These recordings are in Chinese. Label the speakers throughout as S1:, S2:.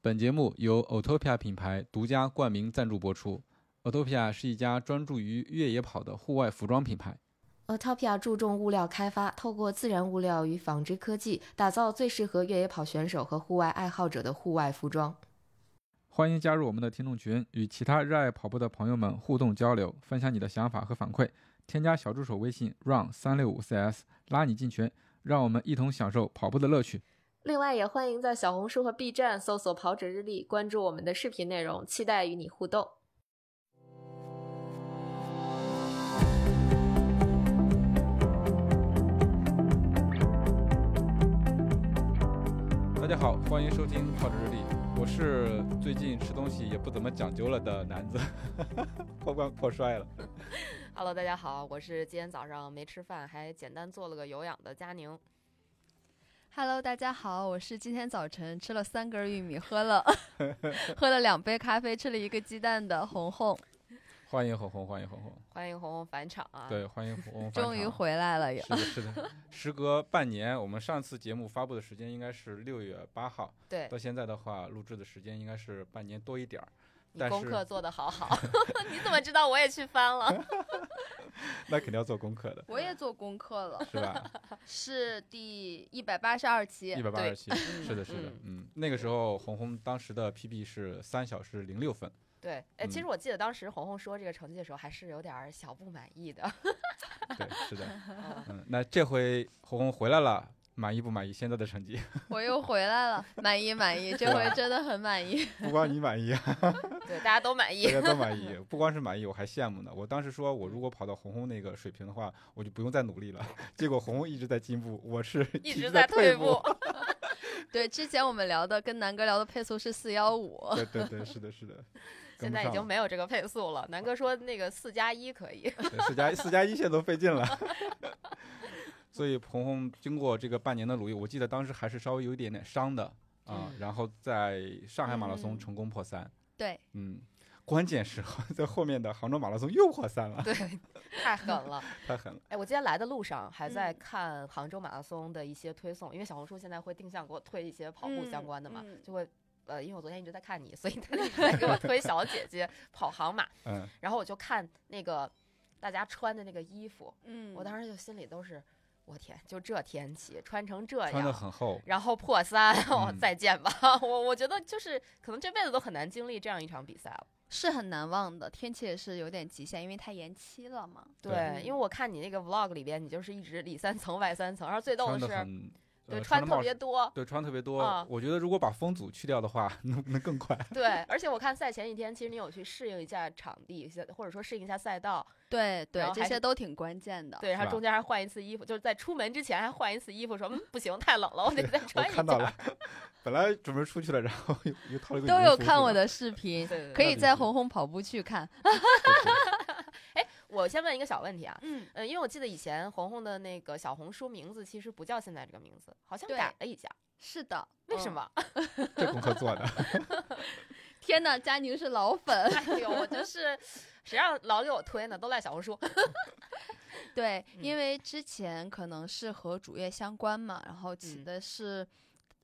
S1: 本节目由 Autopia 品牌独家冠名赞助播出。Autopia 是一家专注于越野跑的户外服装品牌。
S2: Autopia 呃注重物料开发，透过自然物料与纺织科技，打造最适合越野跑选手和户外爱好者的户外服装。
S1: 欢迎加入我们的听众群，与其他热爱跑步的朋友们互动交流，分享你的想法和反馈。添加小助手微信 run 三六五 cs，拉你进群，让我们一同享受跑步的乐趣。
S2: 另外，也欢迎在小红书和 B 站搜索“跑者日历”，关注我们的视频内容，期待与你互动。
S1: 大家好，欢迎收听跑者日历，我是最近吃东西也不怎么讲究了的男子， 破罐破摔了。
S3: Hello，大家好，我是今天早上没吃饭，还简单做了个有氧的佳宁。
S4: Hello，大家好，我是今天早晨吃了三根玉米，喝了 喝了两杯咖啡，吃了一个鸡蛋的红红，啊
S1: 欢迎红红，欢迎红红，
S3: 欢迎红红返场啊！
S1: 对，欢迎红红返场。
S4: 终于回来了也。
S3: 哎
S1: 是的，是的， 时隔半年，我们上次节目发布的时间应该是六月八号，
S3: 对
S1: 到现在的话，录制的时间应该是半年多一点儿。
S3: 你
S1: 但
S3: 功
S1: 是
S3: 课做得 好 好，你怎么知道我也去翻了？
S1: 那肯定要做功课的，
S4: 我也做功课 了，
S1: 是 吧？
S4: 是第一百八十二期
S1: 一，百八十七，是的，是的
S3: 嗯，
S1: 嗯，那个时候红红当时的 PB 是三小时零六分，
S3: 对，哎，
S1: 嗯
S3: 其实我记得当时红红说这个成绩的时候，还是有点儿小不满意的。
S1: 对，是 的，嗯，那这回红红回来了，满意不满意现在的成绩？
S4: 我又回来了，满意满意，这回真的很满 意。
S1: 不光你满意，啊，
S3: 对，大家都 满
S1: 大
S3: 意。
S1: 家 都满意，不光是满意，我还羡慕呢。我当时说，我如果跑到红红那个水平的话，我就不用再努力了。 结果红红一直在进步，我是
S3: 一
S1: 直
S3: 直在
S1: 退
S3: 退步。
S4: 对，之前我们聊的跟南哥聊的配速是四幺五，
S1: 对对对，是的，是的，跟
S3: 现
S1: 不
S3: 在已经
S1: 上了
S3: 没有这个配速了。南哥说那个四加一可以，
S1: 对四加四加一现在都费劲了。 所以红红经过这个半年的努力，我记得当时还是稍微有一点点伤的啊、
S3: 嗯
S1: 然后在上海马拉松
S4: 嗯
S1: 成功破三，
S4: 对，
S1: 嗯，关键时候在后面的杭州马拉松又破三了，
S3: 对，太狠了。
S1: 太狠了。
S3: 哎，我今天来的路上还在
S4: 嗯
S3: 看杭州马拉松的一些推送，因为小红书现在会定向给我推一些跑步相
S4: 嗯
S3: 关的嘛，
S4: 嗯
S3: 就会呃，因为我昨天一直在看你，所以 他一直在给我推小姐姐跑杭马，
S1: 嗯，
S3: 然后我就看那个大家穿的那个衣服，
S4: 嗯
S3: 我当时就心里都是，我天，就这天气穿成这
S1: 穿的
S3: 样。
S1: 很厚，
S3: 然后破三， 我、
S1: 嗯
S3: 再见吧。我我觉得就是可能这辈子都很难经历这样一场比赛了。
S4: 是很难忘的，天气也是有点极限，因为它延期了嘛。
S1: 对
S3: 对，
S4: 嗯
S3: 因为我看你那个 vlog 里边，你就是一直里三层外三层，然后最逗
S1: 穿
S3: 的
S1: 的
S3: 是，
S1: 很，
S3: 对，
S1: 呃
S3: 穿
S1: 得
S3: 特
S1: 帽
S3: 别
S1: 衫
S3: 多，
S1: 对，穿特别多。
S4: 嗯
S3: 啊
S1: 我觉得如果把风阻去掉的话， 能能更快。
S3: 对，而且我看赛前一天，其实你有去适应一下场地，或者说适应一下赛道，
S4: 对对
S3: 然，后
S4: 这
S3: 还
S4: 些
S3: 是
S4: 都挺关键的。
S3: 对，然
S1: 啊是吧
S3: 后中间还换一次衣服，就是在出门之前还换一次衣服，说嗯不行，太冷了，我得再
S1: 我
S3: 穿一
S1: 看到
S3: 件。
S1: 了， 本来准备出去了，然后又又套了个羽
S4: 都
S1: 绒
S4: 有
S1: 服
S4: 看
S1: 是
S4: 我
S1: 吧。
S4: 的视 频，
S3: 对对
S4: 可
S3: 对，
S4: 以
S1: 对
S4: 在
S1: 对
S4: 红红跑步去看。
S1: 对对
S3: 我先问一个小问题啊，
S4: 嗯，
S3: 嗯，因为我记得以前红红的那个小红书名字其实不叫现在这个名字，好像
S4: 对
S3: 改了一下，
S4: 是的。
S3: 为什
S4: 嗯？
S3: 么？
S1: 这功课做的，，
S4: 天哪，佳宁是老 粉。
S3: 哎呦，我 就是谁让老给我推呢，都赖小红书。
S4: 对，
S3: 嗯
S4: 因为之前可能是和主业相关嘛，然后起
S3: 嗯
S4: 的是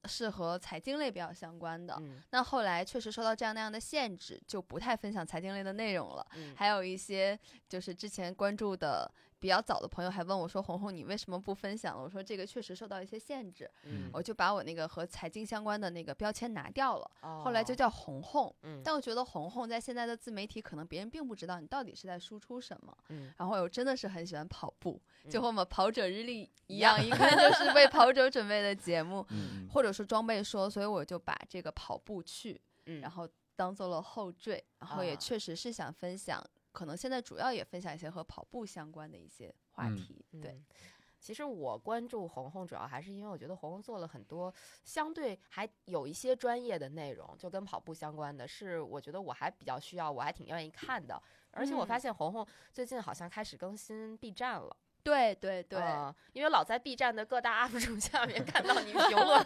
S4: 是和财经类比较相关的。
S3: 嗯
S4: 那后来确实受到这样那样的限制，就不太分享财经类的内容了。
S3: 嗯，
S4: 还有一些就是之前关注的比较早的朋友还问我说：“红红，你为什么不分享了？”我说：“这个确实受到一些限制，
S3: 嗯
S4: 我就把我那个和财经相关的那个标签拿掉了，后
S3: 后
S4: 来就叫红红。”
S3: 哦嗯
S4: 但我觉得红红在现在的自媒体，可能别人并不知道你到底是在输出什么。
S3: 嗯
S4: 然后我真的是很喜欢跑步，
S3: 嗯
S4: 就和我们跑者 日历一
S3: 一
S4: 样，一看就是为跑者准备的节目
S1: 嗯，嗯
S4: 或者说装备说，所以我就把这个跑步去，
S3: 嗯，
S4: 然后当做了后缀，然后
S3: 啊
S4: 也确实是想分享，可能现在主要也分享一些和跑步相关的一些话
S1: 嗯
S4: 题，对。
S3: 嗯。其实我关注红红，主要还是因为我觉得红红做了很多相对还有一些专业的内容，就跟跑步相关的，是我觉得我还比较需要，我还挺愿意看的。而且我发
S4: 嗯
S3: 现红红最近好像开始更新 B 站了，
S4: 对对对，
S3: 嗯因为老在 B 站的各大 UP 主下面看到你评论，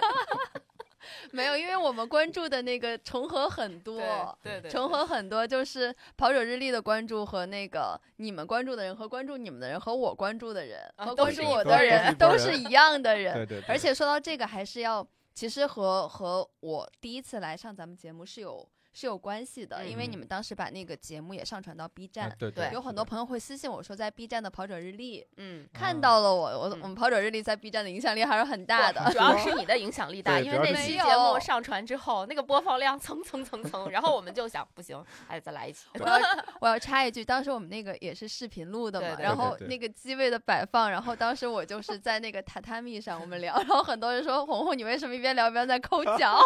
S4: 没有，因为我们关注的那个重合很多，
S3: 对对对，
S4: 重合很多，就是跑者日历的关注和那个你们关注的人和关注你们的人和我关注的人
S3: 啊
S4: 和
S3: 都
S4: 关
S3: 是
S4: 注
S3: 一
S4: 我
S3: 拨
S4: 的
S3: 人
S4: 人
S1: 都
S4: 都
S1: 是一拨
S4: 是一样的人
S1: 对，对对，
S4: 而且说到这个，还是要其实和和我第一次来上咱们节目是有是有关系的，因为你
S1: 嗯
S4: 们当时把那个节目也上传到 B 站，
S1: 啊对
S3: 对
S4: 有很多
S1: 是的
S4: 朋友会私信我说，在 B 站的跑者日历、
S3: 嗯，
S4: 看
S1: 啊
S4: 到了我，我
S3: 嗯
S4: 我们跑者日历在 B 站的影响力还是很大 的。
S3: 主要是你的影响力大，
S1: 对
S3: 因
S1: 主
S3: 为
S1: 要
S3: 那
S1: 是
S3: 期
S4: 你
S3: 节
S4: 没有
S3: 目上传之后，那个播放量蹭蹭蹭蹭，然后我们就想，不行，还得再来一期。
S4: 我要我要插一句，当时我们那个也是视频录的嘛，
S3: 对对
S4: 然
S1: 对
S4: 后
S1: 对
S4: 那个机位的摆放，然后当时我就是在那个榻榻米上我们聊，然后很多人说红红你为什么一边聊一边在抠脚？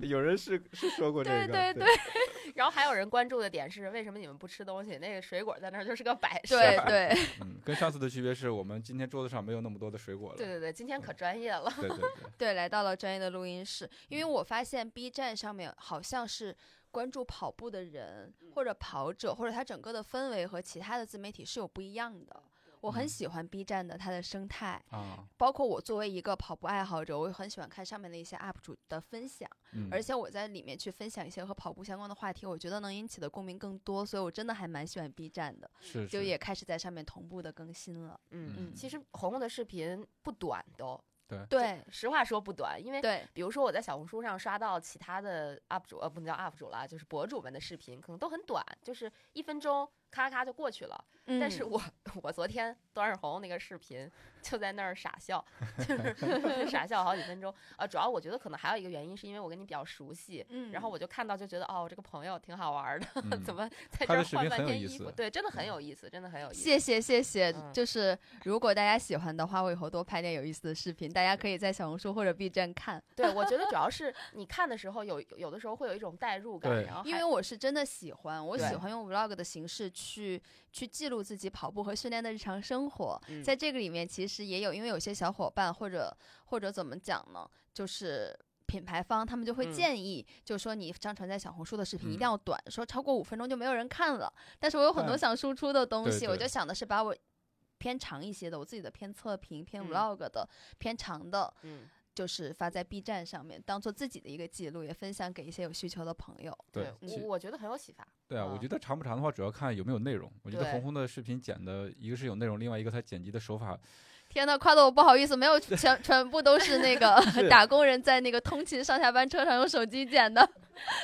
S1: 有人是是说过这个，
S4: 对对
S1: 对
S3: 然后还有人关注的点是，为什么你们不吃东西？那个水果在那儿就是个摆设。
S4: 对对，
S1: 嗯，跟上次的区别是我们今天桌子上没有那么多的水果了。
S3: 对对对，今天可专业了。
S1: 对对 对，
S4: 对，来到了专业的录音室，因为我发现 B 站上面好像是关注跑步的人，或者跑者，或者它整个的氛围和其他的自媒体是有不一样的。我很
S1: 嗯
S4: 喜欢 B 站的它的生态，
S1: 啊，
S4: 包括我作为一个跑步爱好者，我也很喜欢看上面的一些 UP 主的分享，
S1: 嗯，
S4: 而且我在里面去分享一些和跑步相关的话题，我觉得能引起的共鸣更多，所以我真的还蛮喜欢 B 站的，
S1: 是
S4: 就是也开始在上面同步的更新了。
S3: 嗯
S1: 嗯
S3: 其实红红的视频不短都，
S4: 对
S3: 实话说不短，因为
S4: 对，
S3: 比如说我在小红书上刷到其他的 UP 主，呃，不能叫 UP 主了，就是博主们的视频，可能都很短，就是一分钟，咔咔就过去了。但是
S4: 嗯
S3: 我我昨天段世红那个视频就在那儿傻笑，就是 傻笑好几分钟。呃，主要我觉得可能还有一个原因是因为我跟你比较熟悉，
S4: 嗯，
S3: 然后我就看到就觉得哦，这个朋友挺好玩的，
S1: 嗯
S3: 怎么在
S1: 他
S3: 这
S1: 的
S3: 儿
S1: 视
S3: 换
S1: 频
S3: 半
S1: 很有
S3: 天
S1: 意
S3: 衣服？
S1: 思嗯
S3: 对，真的很有意思，真的很有意思。
S4: 谢谢谢谢，
S3: 嗯
S4: 就是如果大家喜欢的话，我以后多拍点有意思的视频，大家可以在小红书或者 B 站看，
S3: 对，我觉 得主要是你看的时候有有的时候会有一种代入感，
S1: 对
S3: 然后
S4: 因
S3: 还
S4: 为我是真的喜欢，我
S3: 对
S4: 喜欢用 vlog 的形式去去记录自己跑步和训练的日常生活，
S3: 嗯
S4: 在这个里面其实也有，因为有些小伙伴或者或者怎么讲呢，就是。品牌方他们就会
S3: 嗯
S4: 建议，就说你上传在小红书的视频一
S1: 嗯
S4: 定要短，说超过五分钟就没有人看了。但是我有很多
S1: 嗯
S4: 想输出的东
S1: 对
S4: 西，我
S1: 对
S4: 就想的是把我偏长一些的，我自己的偏测评、偏
S3: 嗯
S4: vlog 的、偏长的，
S3: 嗯，
S4: 就是发在 B 站上面，当做自己的一个记录，也分享给一些有需求的朋友。
S1: 对
S3: 我
S1: 其
S3: 我觉得很有启发。
S1: 对啊，我
S3: 啊
S4: 嗯
S1: 觉得长不长的话，主要看有没有内容。我觉得
S3: 对
S1: 红红的视频剪的，一个是有内容，另外一个他剪辑的手法，
S4: 天呐，夸的我不好意思，没有全全部都是那个
S1: 是
S4: 打工人在那个通勤上下班车上用手机剪的，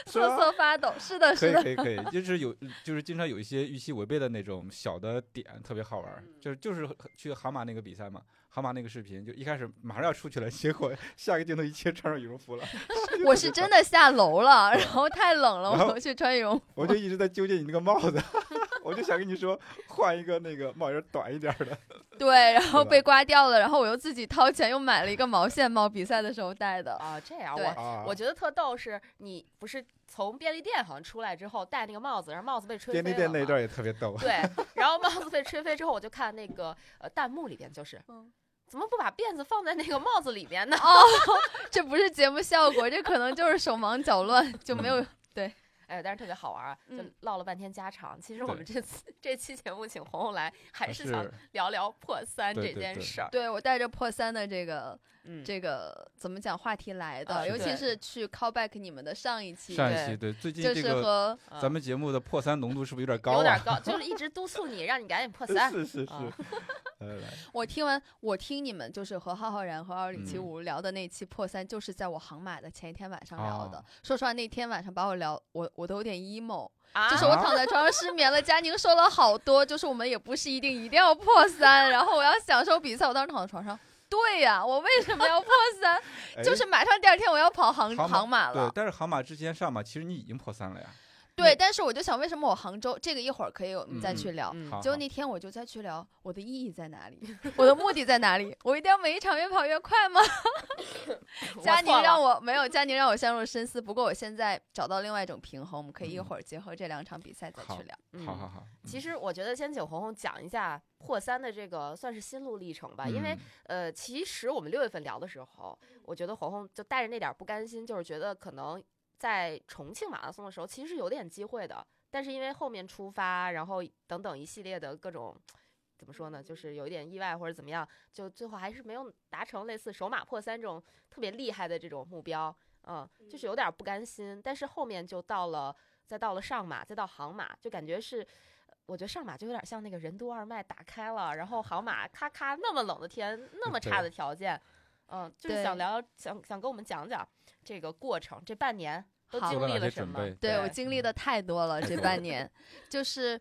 S1: 是
S4: 瑟
S1: 吗
S4: 瑟发抖。是 的，
S1: 可
S4: 是
S1: 以
S4: 的，
S1: 可以可以，就是有嗯就是经常有一些预期违背的那种小的点，特别好玩儿。
S4: 嗯
S1: 就是就是去杭马那个比赛嘛，杭马那个视频就一开始马上要出去了，结果 下个镜头一切穿上羽绒服了，
S4: 我是真的下楼了，然后太冷了，
S1: 嗯然后
S4: 我去穿羽绒服。
S1: 我就一直在纠结你那个帽子， 我就想跟你说换一个那个帽檐儿短一点儿 的。
S4: 对，然后
S1: 吧
S4: 被刮掉了，然后我又自己掏钱又买了一个毛线帽，比赛的时候戴的。
S3: 啊，这样
S4: 对
S3: 我
S1: 啊，
S3: 我觉得特逗是，你不是从便利店好像出来之后戴那个帽子，然后帽子被吹飞。
S1: 便利店那一段也特别逗
S3: 对，然后帽子被吹飞之后，我就看那个呃弹幕里边就是，
S4: 嗯
S3: 怎么不把辫子放在那个帽子里边呢？
S4: 哦，这不是节目效 果，这可能就是手忙脚乱，就没
S1: 嗯
S4: 有
S3: 哎，但是特别好玩啊，就
S4: 嗯
S3: 唠了半天家常。其实我
S1: 对
S3: 们这次这期节目请红红来，还
S1: 还
S3: 是想聊聊破三
S1: 对
S3: 这
S1: 对
S3: 件
S1: 对
S3: 事儿。
S4: 对我带着破三的这个
S3: 嗯，
S4: 这个怎么讲话题来的，
S3: 啊
S4: 尤其
S3: 对
S4: 是去 call back 你们的上一期，
S1: 上一
S3: 对
S1: 期对最近
S4: 就
S1: 这
S4: 是
S1: 个
S4: 和嗯
S3: 啊
S1: 咱们节目的破三浓度是不是有点高
S3: 有点
S1: 啊？呃
S3: 高，就是一直督促你，让你赶紧破三。
S1: 是是是
S3: 啊，
S1: 来来
S4: 我听完我听你们就是和浩浩然和奥里奇
S1: 嗯
S4: 五聊的那期破三，就是在我航马的前一天晚上聊的。
S1: 哦
S4: 说实话，那天晚上把我聊我我都有点 emo，、
S3: 啊
S4: 就是我躺在床上失眠了。佳宁说了好多，就是我们也不是一定一定要破三，然后我要享受比赛。我当时躺在床上，对呀、我为什么要破三？
S1: 哎
S4: 就是马上第二天我要跑杭
S1: 航马
S4: 航马
S1: 对
S4: 了，，
S1: 但是杭马之前上马，其实你已经破三了呀。
S4: 对。但是我就想，为什么我杭州这个一会儿可以我们再
S1: 嗯
S4: 去聊？
S3: 嗯
S1: 好，
S4: 结果
S1: 好
S4: 那天我就再去聊我的意义在哪里， 我的目的在哪里？我一定要每一场越跑越快吗？
S3: 嗯我
S4: 佳宁
S3: 错了
S4: 让我没有，佳宁让我陷入深思。不过我现在找到另外一种平衡，我们可以一
S1: 嗯
S4: 会儿结合这两场比赛再去
S1: 好
S4: 聊。
S3: 嗯
S1: 好好好，
S3: 其实我觉得先请红红讲一下破三的这个算是心路历程吧，因为
S1: 嗯
S3: 呃，其实我们六月份聊的时候，我觉得红红就带着那点儿不甘心，就是觉得可能在重庆马拉松的时候其实是有点机会的，但是因为后面出发，然后等等一系列的各种。怎么说呢？就是有一点意外或者怎么样，就最后还是没有达成类似首马破三这种特别厉害的这种目标，嗯，就是有点儿不甘心。但是后面就到了，再到了上马，再到杭马，就感觉是我觉得上马就有点像那个任督二脉打开了，然后杭马咔咔那么冷的天，那么差的条件，嗯，就是
S4: 对
S3: 想聊想想跟我们讲讲这个过程，这半年都
S4: 好
S1: 做了
S3: 经历
S1: 哪
S3: 了
S1: 些
S3: 什
S1: 准
S3: 么？
S1: 备？
S4: 对
S3: 对
S4: 我经历的太多了，
S1: 太多
S4: 这
S1: 了
S4: 半年，就是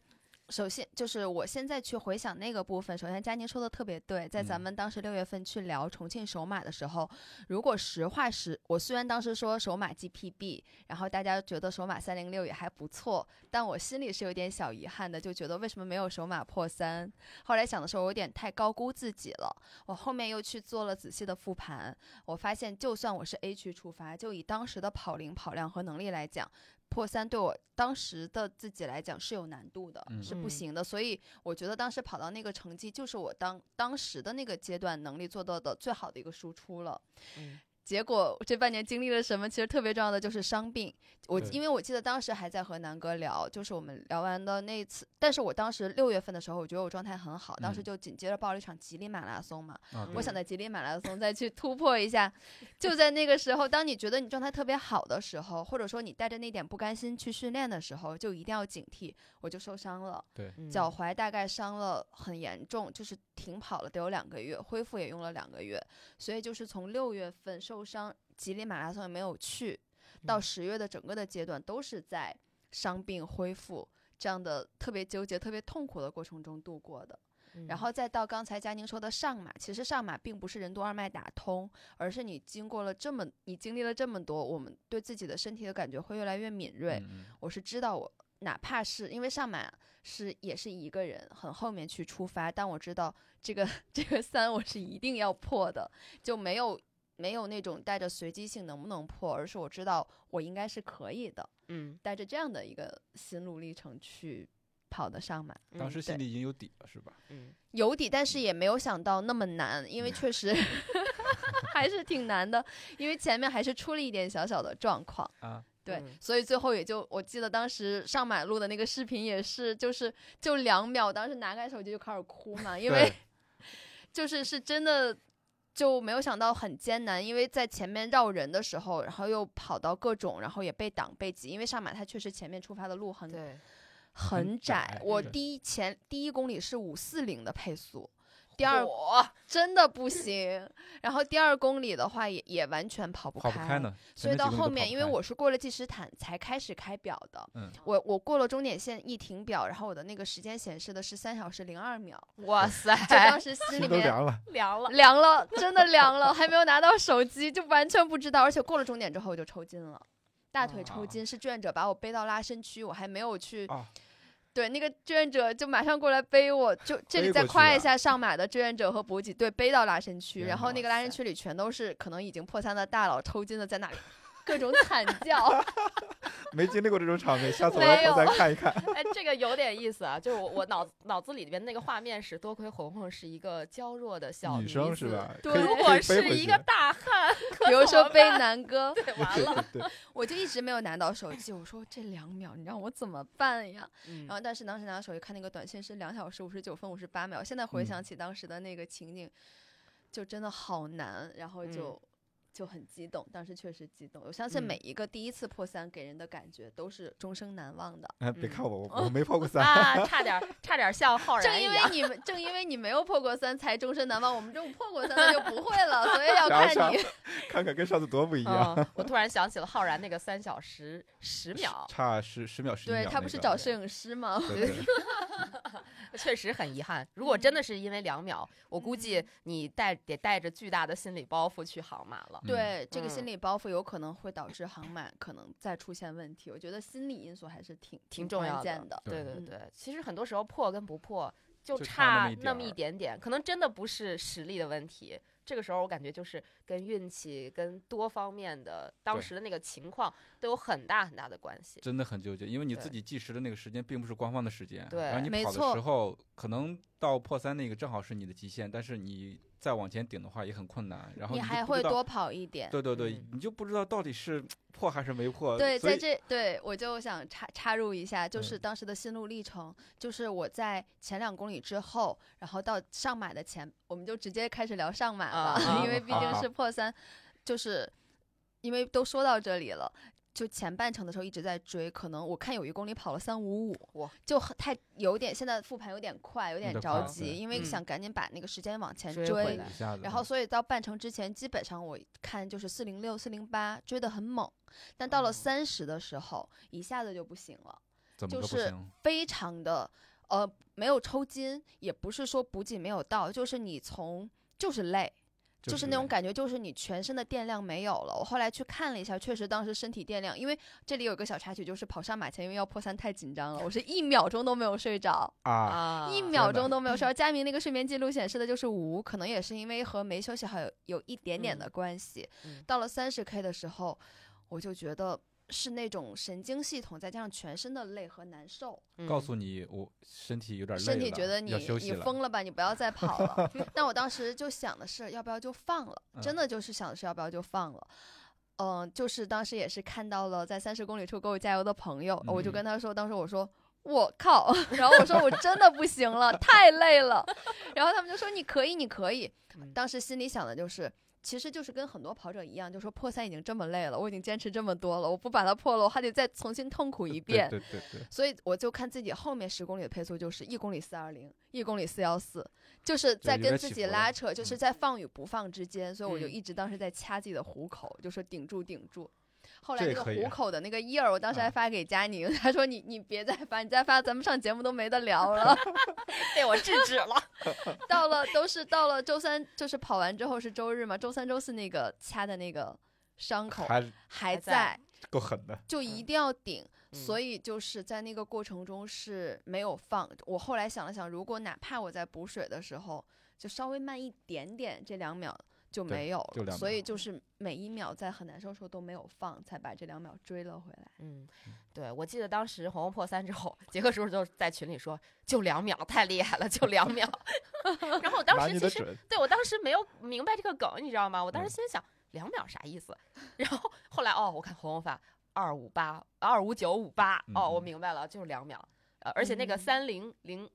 S4: 首先就是我现在去回想那个部分，首先佳宁说的特别对，在咱
S1: 嗯
S4: 们当时六月份去聊重庆首马的时候，如果实话实，我虽然当时说首马 GPB，然后大家觉得首马三零六也还不错，但我心里是有点小遗憾的，就觉得为什么没有首马破三？后来想的时候，我有点太高估自己了。我后面又去做了仔细的复盘，我发现就算我是 A 区出发，就以当时的跑龄、跑量和能力来讲。破三对我当时的自己来讲是有难度的，
S1: 嗯
S4: 是不
S3: 嗯
S4: 行的，所以我觉得当时跑到那个成绩，就是我当当时的那个阶段能力做到的最好的一个输出了。
S3: 嗯
S4: 结果这半年经历了什么？其实特别重要的就是伤病。我
S1: 对
S4: 因为我记得当时还在和南哥聊，就是我们聊完的那一次，但是我当时六月份的时候，我觉得我状态很好，当时
S1: 嗯
S4: 就紧接着报了一场吉林马拉松嘛，
S1: 啊，
S4: 我
S1: 对
S4: 想在吉林马拉松再去突破一下。就在那个时候，当你觉得你状态特别好的时候，或者说你带着那点不甘心去训练的时候，就一定要警惕，我就受伤了。
S3: 嗯
S4: 脚踝大概伤了很严重，就是停跑了得有两个月，恢复也用了两个月，所以就是从六月份受伤，吉林马拉松也没有去，到
S3: 嗯
S4: 十月的整个的阶段都是在伤病恢复这样的特别纠结、特别痛苦的过程中度过的。
S3: 嗯
S4: 然后再到刚才佳宁说的上马，其实上马并不是任督二脉打通，而是你经过了这么，你经历了这么多，我们对自己的身体的感觉会越来越敏锐。
S1: 嗯
S4: 我是知道我，哪怕是因为上马是也是一个人很后面去出发，但我知道这个 这个三我是一定要破的，就没有没有那种带着随机性能不能破，而是我知道我应该是可以的，
S3: 嗯，
S4: 带着这样的一个心路历程去跑的上马。
S1: 当时心
S4: 嗯对
S1: 里已经有底了，是吧？
S3: 嗯
S4: 有底，但是也没有想到那么难，因为确实 还是挺难的，因为前面还是出了一点小小的状况。
S1: 啊，
S4: 对，
S3: 嗯
S4: 所以最后也就我记得当时上马路的那个视频也是，就是就两秒，当时拿开手机就开始哭嘛，因为
S1: 对
S4: 就是是真的就没有想到很艰难，因为在前面绕人的时候，然后又跑到各种，然后也被挡被挤，因为上马它确实前面出发的路很
S3: 对，
S4: 很
S1: 很
S4: 窄
S1: 窄，
S4: 我
S1: 对
S4: 第一前第一公里是五四零的配速，第
S1: 哦
S4: 二
S3: 火
S4: 真的不行。然后第二公里的话也也完全跑不
S1: 跑不开呢。
S4: 所
S1: 前
S4: 以
S1: 面
S4: 到
S1: 几公里都
S4: 后
S1: 跑
S4: 面，
S1: 不
S4: 因为
S1: 开
S4: 我是过了计时毯才开始开表的，
S1: 嗯
S4: 我我过了终点线一停表，然后我的那个时间显示的是三小时零二秒，
S3: 哇塞，
S4: 就 当时心里
S1: 心都
S4: 面
S1: 凉了，
S3: 凉了，
S4: 凉了，真的凉了，还没有拿到手机，就完全不知道。而且过了终点之后我就抽筋了，大腿抽
S1: 啊
S4: 筋是志愿者把我背到拉伸区，我还没有去
S1: 啊，
S4: 对，那个志愿者就马上过来背我，就这里
S1: 背
S4: 再
S1: 过去啊
S4: 夸
S1: 的
S4: 一下上马的志愿者和补给队背到拉伸区，
S1: 天
S4: 然后那
S3: 哇
S4: 个拉伸
S3: 塞
S4: 区里全都是可能已经破三的大佬抽筋的在那里 各种惨 叫，
S1: 没经历过这种场面，下次我
S4: 没有
S1: 要跑再看一看。
S3: 哎，这个有点意思啊，就是我我脑脑子里面那个画面是，多亏红红是一个娇弱的小
S1: 女生是
S3: 子？
S1: 吧？
S4: 对
S1: 可以
S3: 如
S1: 可以
S3: 果
S1: 背
S3: 是
S1: 回
S3: 一
S1: 去
S3: 个大汉，
S4: 比如说背南 哥，
S3: 对，完
S1: 对
S3: 了，
S1: 对对，
S4: 我就一直没有拿到手机，我说这两秒你让我怎么办呀？
S3: 嗯
S1: 啊
S4: 然后但是当时拿到手机看那个短信是两小时五十九分五十八秒，现在回
S1: 嗯
S4: 想起当时的那个情景，就真的好难，然后
S3: 嗯
S4: 就、就很激动，当时确实激动。我相信
S3: 嗯
S4: 每一个第一次破三给人的感觉都是终生难忘的。
S1: 哎，别
S3: 嗯
S1: 看我， 我我没破过三，
S3: 啊，差点儿差点儿像浩
S4: 正
S3: 然一
S1: 哎
S4: 因为
S3: 样，
S4: 你们正因为你没有破过三才终身难忘，我们这种破过三的就不会 了，所以要
S1: 想
S4: 看
S1: 想
S4: 你。
S1: 看看跟上次多不一样，
S3: 嗯，我突然想起了浩然那个三小时十秒，
S1: 差十十秒十一秒
S4: 嗯对
S1: 那个。
S4: 他不是找摄影师吗？
S1: 对对
S3: 确实很遗憾。如果真的是因为两秒，我估计
S4: 嗯
S3: 你带得带着巨大的心理包袱去航马了。
S4: 对，这个心
S3: 嗯
S4: 理包袱有可能会导致航马可能再出现问题。我觉得心理因素还是挺
S3: 挺重要
S4: 关
S3: 的
S4: 键的。
S3: 对
S1: 对
S3: 对
S4: 嗯
S3: 对，其实很多时候破跟不破就
S1: 就差
S3: 差那
S1: 那
S3: 么
S1: 么
S3: 一
S1: 一
S3: 点点，可能真的不是实力的问题。这个时候我感觉就是跟运气、跟多方面的当
S1: 对
S3: 时的那个情况都有很大很大的关系。
S1: 真的很纠结，因为你自
S3: 对
S1: 己计时的那个时间并不是官方的时间，
S3: 对
S1: 然后你
S4: 没
S1: 跑的
S4: 错
S1: 时候可能到破三那个正好是你的极限，但是你再往前顶的话也很困难，然后
S4: 你
S1: 就
S4: 还
S1: 不
S4: 会
S1: 知道
S4: 多跑一点。
S1: 对对对
S3: 嗯，
S1: 你就不知道到底是破还是没破，
S4: 对，
S1: 所
S4: 在
S1: 以
S4: 这对我就想插插入一下，就是
S1: 嗯
S4: 当时的心路历程，就是我在前两公里之后，然后到上马的前，我们就直接开始聊上马了，
S3: 啊
S4: 因为毕
S1: 好
S4: 竟
S1: 好
S4: 是破三，就是因为都说到这里了。就前半程的时候一直在追，可能我看有一公里跑了三五五
S3: 哇，
S4: 就很太有点现在复盘有点快，有点
S1: 有点
S4: 着
S1: 快
S4: 急，
S1: 对
S4: 因为
S3: 嗯
S4: 想赶紧把那个时间往前
S3: 追
S4: 追
S3: 回来
S1: 一下子，
S4: 然后，所以到半程之前，基本上我看就是四零六、四零八追得很猛，但到了
S3: 哦
S4: 三十的时候，一下子就不行了，
S1: 怎么个
S4: 就
S1: 不
S4: 是
S1: 行？
S4: 非常的呃没有抽筋，也不是说补给没有到，就是你从就是累，就是那种感觉，就是你全身的电量没有了。我后来去看了一下，确实当时身体电量，因为这里有一个小插曲，就是跑上马前因为要破三太紧张了，我是一秒钟都没有睡着，
S1: 啊，
S3: 啊
S4: 一秒钟都没有睡着。佳明那个睡眠记录显示的就是五，可能也是因为和没休息好有有一点点的
S3: 嗯
S4: 关系。
S3: 嗯
S4: 到了三十 K 的时候，我就觉得是那种神经系统再加上全身的累和难受，
S1: 告
S3: 嗯
S1: 诉你我身体有点累了，
S4: 身体觉得你
S1: 要休息
S4: 你
S1: 了，
S4: 疯了吧，你不 要再跑了。但我当时就想的是，要不要就放了？真
S1: 嗯
S4: 的就是想的是要不要就放了。嗯，就是当时也是看到了在三十公里处给我加油的朋友，我就
S1: 嗯
S4: 跟他说，当时我说。我 靠！然后我说我真的不行了，太累了。然后他们就说你可以，你可以。
S3: 嗯
S4: 当时心里想的就是，其实就是跟很多跑者一样，就说破三已经这么累了，我已经坚持这么多了，我不把它破了，我还得再重新痛苦一 遍。
S1: 对对对对，
S4: 所以我就看自己后面十公里的配速，就是一公里四二零，一公里四幺四，就是在
S1: 有
S4: 跟
S1: 点
S4: 自
S1: 起
S4: 己
S1: 伏了
S4: 拉扯，就是
S1: 嗯
S4: 在放与不放之间。所以我就
S3: 嗯
S4: 一直当时在掐自己的虎口，就说顶住顶住。后
S1: 这
S4: 来那
S1: 也
S4: 个
S1: 可以
S4: 虎
S1: 啊
S4: 口的那个印儿，我当时还
S1: 啊
S4: 发给佳宁，他说你你别再发，你再发咱们上节目都没得 聊了。
S3: 被我制止了。
S4: 到了都是到了周三，就是跑完之后是周日嘛，周三周四那个掐的那个伤口
S1: 还
S4: 还
S3: 还在
S4: 在，
S1: 够狠的，
S4: 就一定要顶。
S3: 嗯
S4: 所以就是在那个过程中是没有放。我后来想了想，如果哪怕我在补水的时候就稍微慢一点点，这两秒就
S1: 对
S4: 没有
S1: 就
S4: 了。
S1: 两
S4: 所以
S1: 秒
S4: 就是每一秒在很难受的时候都没有放，才把这两秒追了回来。
S3: 嗯，对，我记得当时红红破三之后，杰克叔叔就在群里说：“就两秒，太厉害了，就两秒。” 然后我当
S1: 拿
S3: 时
S1: 你
S3: 其
S1: 的
S3: 实
S1: 准，
S3: 对我当时没有明白这个梗，你知道吗？我当时
S1: 嗯
S3: 心想、两秒啥意思？ 然后后来哦，我看红红发二五八二五九五八哦，我
S1: 嗯
S3: 明白了，就是两秒。呃，而且那个
S4: 嗯
S3: 三零零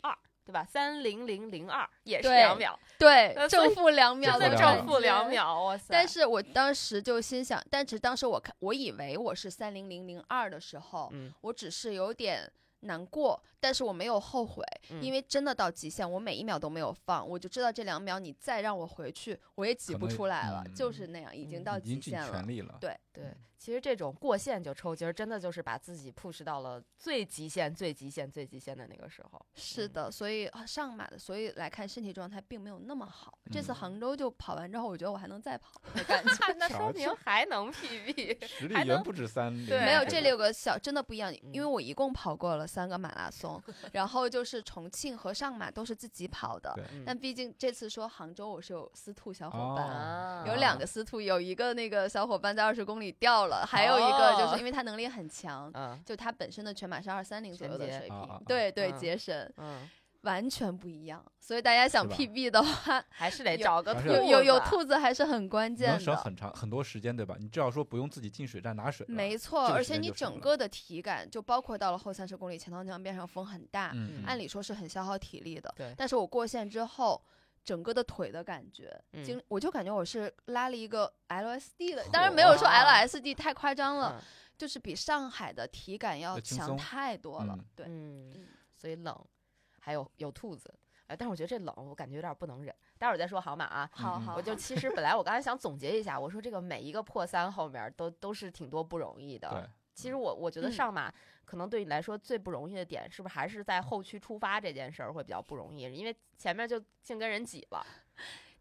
S3: 二对吧？三零零零二也是
S4: 对
S3: 两秒，
S4: 对
S3: 呃所
S4: 正
S3: 以
S4: 负两秒
S1: 负
S4: 的
S3: 在
S1: 两
S4: 感
S1: 秒
S3: 正负两
S4: 觉。
S3: 秒，哇塞！
S4: 但是我当时就心想，但是当时我看，我以为我是三零零零二的时候，
S3: 嗯，
S4: 我只是有点难过，但是我没有后悔，
S3: 嗯
S4: 因为真的到极限，我每一秒都没有放，我就知道这两秒你再让我回去，我也挤
S1: 可
S4: 不
S1: 能
S4: 出来了，
S1: 嗯
S4: 就是那样，已经
S3: 嗯
S4: 到
S1: 已经
S4: 哦极
S1: 尽
S4: 限了
S1: 全。力了，
S4: 对
S3: 对，其实这种过线就抽筋儿，真的就是把自己 push 到了最极限、最极限、最极限的那个时候。
S4: 是
S3: 嗯，
S4: 的，所以啊上马的，所以来看身体状态并没有那么好。这次
S1: 嗯
S4: 杭州就跑完之后，我觉得我还能再跑的 感觉。
S3: 那
S1: 瞧
S3: 说
S1: 这
S3: 明还能 PB。
S1: 实力
S3: 还
S1: 远
S3: 能
S1: 不止三零，
S3: 对
S4: 没有，
S3: 对
S4: 这里有个小真的不一样，因为
S3: 嗯
S4: 我一共跑过了三个马拉 松，然后就是重庆和上马都是自己跑的
S1: 对。
S3: 嗯
S4: 但毕竟这次说杭州，我是有私兔小伙
S1: 哦
S4: 伴，
S3: 啊
S4: 有两
S1: 啊
S4: 个司徒，有一个那个小伙伴在二十公里掉了，还有一个就
S3: 哦
S4: 是因为他能力很强，
S3: 嗯
S4: 就他本身的全马是二三零左右的
S3: 全杰
S4: 水
S1: 啊啊
S4: 平
S1: 啊，
S4: 对对，
S3: 嗯
S4: 杰神
S3: 嗯，
S4: 完全不一样。所以大家想
S1: 是吧
S4: PB 的话，
S3: 还是得
S4: 有
S3: 找个
S1: 还
S3: 兔
S1: 是
S3: 子
S4: 有有有兔子还是很关键
S1: 能省
S4: 的。
S1: 很长很多时间，对吧？你至少说不用自己进水站拿水啊了，
S4: 没错，
S1: 这个
S4: 而
S1: 时
S4: 且
S1: 间
S4: 你
S1: 就省
S4: 整
S1: 了
S4: 个的体感，就包括到了后三十公里，钱塘江边上风很大，
S1: 嗯，嗯，
S4: 按理说是很消耗体力的。
S3: 对
S4: 但是我过线之后，整个的腿的感觉，
S3: 嗯
S4: 经我就感觉我是拉了一个 LSD
S1: 哦
S4: 的，当然没有说 LSD 太夸张了，
S3: 嗯
S4: 就是比上海的体感要
S1: 要轻
S4: 强
S1: 松
S4: 太多了
S1: 嗯。
S4: 对，
S3: 嗯
S4: 嗯，
S3: 所以冷，还有有兔子。哎，但是我觉得这冷，我感觉有点不能忍。待会儿再说好马啊，
S4: 好
S1: 嗯
S4: 好，
S3: 我就其实本来我刚才想总结一下，我说这个每一个破三后面都都是挺多不容易的
S1: 对。
S3: 其实我我觉得
S4: 嗯
S3: 上马可能对你来说最不容易的点，是不是还是在后区出发这件事儿会比较不容易？因为前面就净跟人挤了。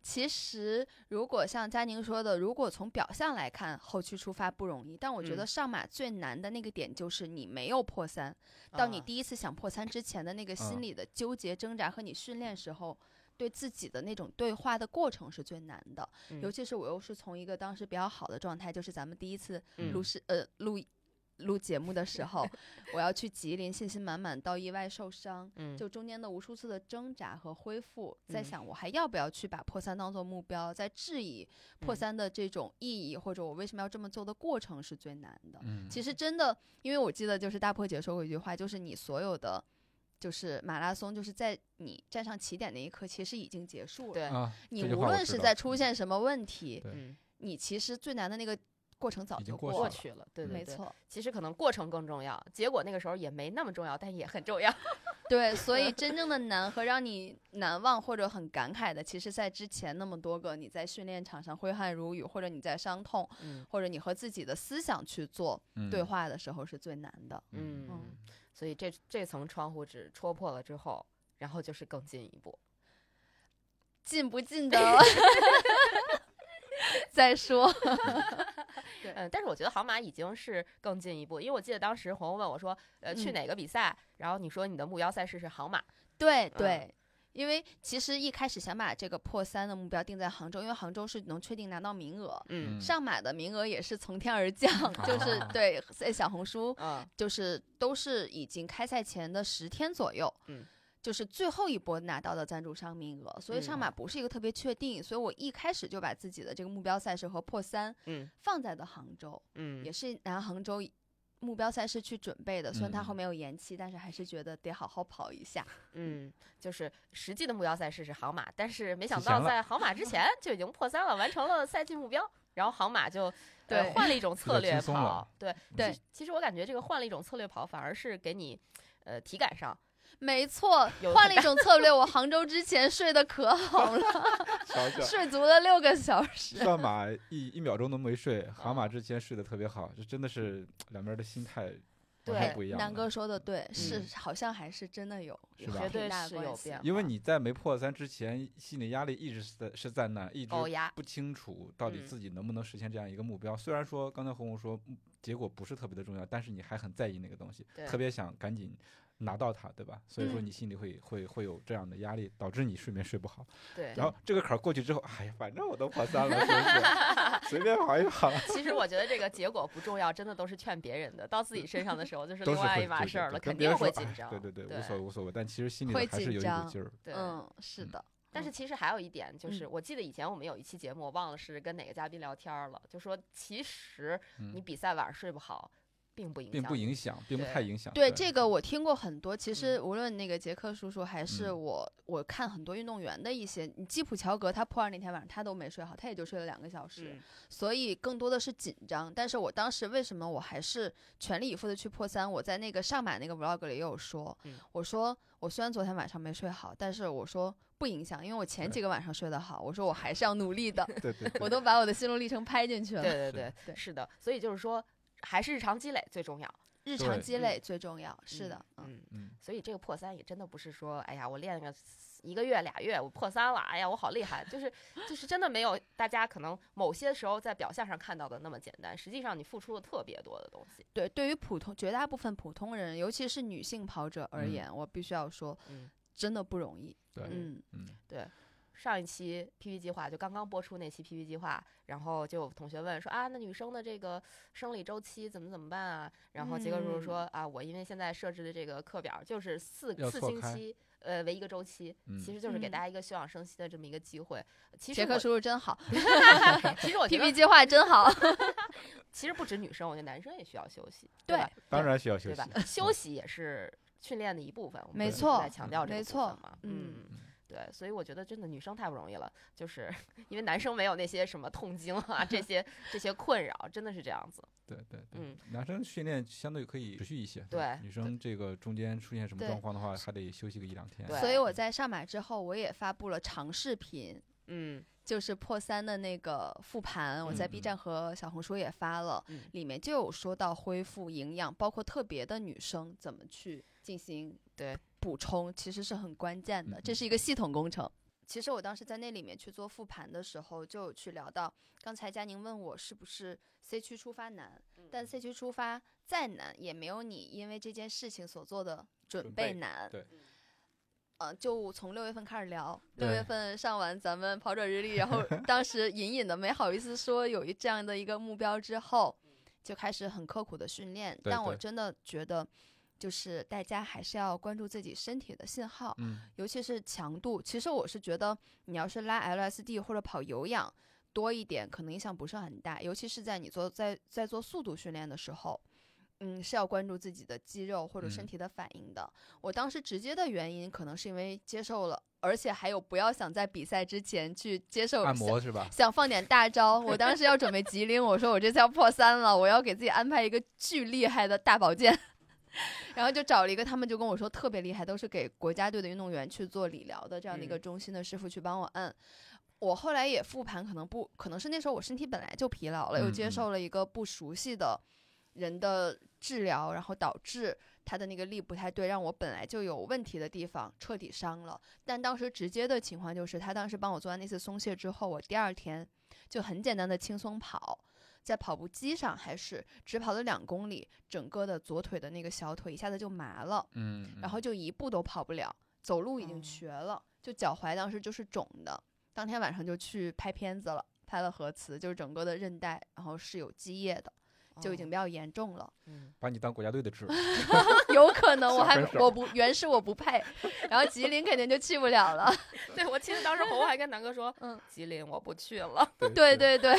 S4: 其实如果像佳宁说的，如果从表象来看，后期出发不容易，但我觉
S3: 嗯
S4: 得上马最难的那个点就是你没有破三，当你
S3: 啊
S4: 第一次想破三之前的那个心
S1: 嗯
S4: 理的纠结挣扎和你训练时候。对自己的那种对话的过程是最难的，
S3: 嗯
S4: 尤其是我又是从一个当时比较好的状态，就是咱们第一次
S3: 嗯
S4: 录是、呃录录节目的时候，我要去吉林，信心满满到意外受伤，
S3: 嗯
S4: 就中间的无数次的挣扎和恢复，在
S3: 嗯
S4: 想我还要不要去把破三当做目标，在质疑破
S3: 嗯
S4: 三的这种意义，或者我为什么要这么做的过程是最难的。
S1: 嗯，
S4: 其实真的，因为我记得就是大破姐说过一句话，就是你所有的。就是马拉松，就是在你站上起点那一刻，其实已经结束了。
S3: 对，
S1: 啊，
S4: 你
S1: 这句
S4: 无
S1: 话我
S4: 论
S1: 知
S4: 是
S1: 道
S4: 在出现什么问题，
S1: 对
S3: 嗯
S4: 你其实最难的那个过程早
S1: 已经
S4: 就
S1: 过
S3: 过
S1: 去
S3: 去了，对对
S4: 没
S3: 对。
S4: 错，
S3: 其实可能过程更重要，结果那个时候也没那么重要，但也很 重要。
S4: 对，所以真正的难和让你难忘或者很感慨的，其实在之前那么多个你在训练场上挥汗如雨，或者你在伤痛，
S3: 嗯
S4: 或者你和自己的思想去做
S1: 嗯
S4: 对话的时候是最难的。
S1: 嗯
S3: 嗯，所以这这层窗户纸戳破了之后，然后就是更进一步。
S4: 进不进 的 再说，
S3: 嗯，但是我觉得皇马已经是更进一步，因为我记得当时红红问我说，呃，去
S4: 嗯
S3: 哪个比赛？然后你说你的目标赛事是杭马，
S4: 对对。因为其实一开始想把这个破三的目标定在杭州，因为杭州是能确定拿到名额，
S1: 嗯
S4: 上马的名额也是从天而 降，就是
S1: 啊
S4: 对在小红书
S3: 嗯
S4: 就是都是已经开赛前的十天左右，
S3: 嗯，
S4: 就是最后一波拿到的赞助商名额，所以
S3: 嗯
S4: 上马不是一个特别确定，所以我一开始就把自己的这个目标赛事和破三
S3: 嗯
S4: 放在了杭州，
S3: 嗯
S4: 也是拿杭州目标赛事去准备的，虽然它
S1: 嗯
S4: 后面有延期，但是还是觉得得好好跑一下，
S3: 嗯，就是实际的目标赛事是杭马，但是没想
S1: 提前
S3: 到
S1: 了
S3: 在杭马之前就已经破三了，完成了赛季目标。然后杭马就呃
S4: 对
S3: 换了一种
S1: 比较
S3: 策略
S1: 轻松了
S3: 跑，对
S4: 对
S3: 其。其实我感觉这个换了一种策略跑，反而是给你呃体感上
S4: 没错，
S3: 有
S4: 换了一种策略，我杭州之前睡得可好了，
S5: 瞧瞧，
S4: 睡足了六个小 时。
S1: 上马一一秒钟都没睡，杭
S4: 哦
S1: 马之前睡得特别好，这真的
S4: 嗯
S1: 是两边的心态完全
S3: 对
S1: 不一样了。
S4: 南哥说的对，是
S3: 嗯
S4: 好像还是真的有，
S1: 是
S4: 有
S1: 吧
S4: 挺
S3: 绝对
S4: 大
S3: 是
S4: 关
S3: 有
S4: 系
S3: 变化
S1: 因为你在没破三之前，心理压力一直是在是在那，一直
S3: 高压，
S1: 不清楚到底
S3: 嗯
S1: 自己能不能实现这样一个目标。虽然说刚才红红说嗯结果不是特别的重要，但是你还很在意那个东西
S3: 对，
S1: 特别想赶紧拿到它，对吧？所以说
S4: 嗯
S1: 你心里会、会会有这样的压力，导致你睡眠睡不好。
S3: 对。
S1: 然后这个坎儿过去之后，哎呀，反正我都破三 了，是不是？随便跑一跑，
S3: 其实我觉得这个结果不重要，真的都是劝别人的。到自己身上的时候，就是
S1: 都
S3: 另
S1: 是
S3: 外
S1: 会
S3: 一码
S1: 对对
S3: 事儿
S1: 对
S3: 了，
S1: 跟
S3: 肯
S1: 别
S3: 定
S1: 人
S3: 会
S1: 说
S3: 紧
S1: 哎
S3: 张。
S1: 对对对，
S3: 对
S1: 无所谓无所谓，但其实心里头
S4: 会
S1: 还是有
S4: 紧
S1: 一股
S4: 张
S1: 劲儿。
S3: 对
S4: 嗯，是的，
S3: 但是
S4: 嗯
S3: 其实还有一点，就是
S4: 嗯
S3: 我记得以前我们有一期节目，我忘了是跟哪个嘉宾聊天儿了，就说其实你
S1: 嗯，
S3: 比赛晚上睡不好，并不影响，
S1: 并不影响，并不
S3: 对
S1: 太影响。
S4: 对这个我听过很多。其实
S3: 嗯
S4: 无论那个杰克叔叔，还是
S1: 嗯
S4: 我，我看很多运动员的一些，你基普乔格他破二那天晚上他都没睡好，他也就睡了两个小时，
S3: 嗯
S4: 所以更多的是紧张。但是我当时为什么我还是全力以赴的去破三？我在那个上马那个 vlog 里也有说，
S3: 嗯
S4: 我说我虽然昨天晚上没睡好，但是我说不影响，因为我前几个晚上睡得好，我说我还是要努力 的，
S1: 对对对，
S4: 我都把我的心路历程拍进去了。
S3: 对对
S1: 是
S3: 对
S4: 对
S3: 是的。所以就是说，还是日常积累最重要。
S4: 日常
S1: 对
S4: 积累最重要，是的，嗯
S3: 嗯，
S1: 嗯。
S3: 所以这个破三也真的不是说，哎呀，我练个一个月俩月，我破三了，哎呀，我好厉害，就是就是真的没有大家可能某些时候在表象上看到的那么简单，实际上你付出了特别多的东西。
S4: 对，对于普通绝大部分普通人，尤其是女性跑者而
S1: 嗯
S4: 言，我必须要说，
S3: 嗯
S4: 真的不容易。
S1: 对
S4: 嗯，
S1: 嗯，
S3: 上一期 PP 计划就刚刚播出那期 PP 计划，然后就有同学问说啊，那女生的这个生理周期怎么怎么办啊？然后杰克叔叔说、啊，我因为现在设置的这个课表就是四
S1: 嗯要
S3: 四
S1: 错
S3: 星
S1: 开
S3: 期呃为一个周期，
S1: 嗯
S3: 其实就是给
S4: 嗯
S3: 大家一个休养生息的这么一个机会。其实
S4: 杰克
S3: 我
S4: 叔叔真好
S3: 其实我觉
S4: ，PP
S3: 得
S4: 计划真好。
S3: 其实不止女生，我觉得男生也需要休息，
S4: 对
S3: 吧？
S1: 当然需要休
S3: 对
S1: 息
S3: 吧。？休息嗯也是训练的一部分，我们
S4: 没
S3: 一直
S4: 错
S3: 在强调这个
S4: 没
S3: 部
S4: 错
S3: 分嘛，
S4: 嗯
S3: 嗯。对，所以我觉得真的女生太不容易了，就是 因为男生没有那些什么痛经啊这 些这些困扰，真的是这样子。
S1: 对对对，
S3: 嗯
S1: 男生训练相对可以持续一些，吧
S3: 对
S1: 女生这个中间出现什么
S4: 对
S1: 状况的话，还得休息个一两天。
S3: 对
S4: 所以我在上马之后，我也发布了长视频，
S3: 嗯
S4: 就是破三的那个复盘，我在
S1: 嗯
S4: B
S1: 嗯
S4: 站和小红书也发了，
S3: 嗯
S4: 里面就有说到恢复营养，包括特别的女生怎么去进行
S3: 对
S4: 补充，其实是很关键的，
S1: 嗯
S4: 这
S1: 嗯
S4: 是一个系统工程。其实我当时在那里面去做复盘的时候，就有去聊到，刚才佳宁问我是不是 C 区出发难，
S3: 嗯
S4: 嗯但 C 区出发再难，也没有你因为这件事情所做的准
S1: 准
S4: 备
S1: 备
S4: 难。
S1: 对
S4: 呃，就从六月份开始聊，
S1: 对
S4: 六月份上完咱们跑者日历， 然后当时隐隐的没好意思说有一这样的一个目标之后，就开始很刻苦的训练。
S1: 对
S4: 但我
S1: 对
S4: 真的觉得，就是大家还是要关注自己身体的信号，
S1: 嗯，
S4: 尤其是强度。其实我是觉得，你要是拉 LSD 或者跑有氧多一点，可能影响不是很大，尤其是在你做在在做速度训练的时候。嗯，是要关注自己的肌肉或者身
S1: 嗯
S4: 体的反应的。我当时直接的原因可能是因为接受了而且还有不要想在比赛之前去接受
S1: 按摩是吧？
S4: 想放点大招。我当时要准备吉林，我说我这次要破三了，我要给自己安排一个巨厉害的大保健。 然后就找了一个，他们就跟我说特别厉害，都是给国家队的运动员去做理疗的这样的一个
S3: 嗯
S4: 中心的师傅去帮我按。我后来也复盘，可能不，可能是那时候我身体本来就疲劳了，又
S1: 嗯
S4: 接
S1: 嗯
S4: 受了一个不熟悉的人的治疗，然后导致他的那个力不太对，让我本来就有问题的地方彻底伤了。但当时直接的情况就是，他当时帮我做完那次松懈之后，我第二天就很简单的轻松跑，在跑步机上还是只跑了两公里，整个的左腿的那个小腿一下子就麻了，
S1: 嗯，嗯
S4: 然后就一步都跑不了，走路已经
S3: 哦
S4: 瘸了，就脚踝当时就是肿的。当天晚上就去拍片子了，拍了核磁，就是整个的韧带，然后是有积液的，就已经比较严重了。
S3: 哦 嗯
S1: 把你当国家队的治，
S4: 有可能我
S1: 小
S4: 还
S1: 分手
S4: 我不原是我不配，然后吉林肯定就去不 了了。，
S3: 对我记得当时红还跟南哥说
S4: 嗯，
S3: 吉林我不去了，
S4: 对
S1: 对，
S4: 对对，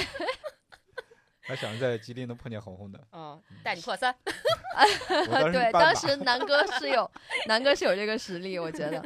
S1: 还想着在吉林能碰见红红的，
S3: 嗯，带你破三，
S1: 我当时
S4: 对，
S1: 半把
S4: 当时南哥是有南哥是有这个实力，我觉得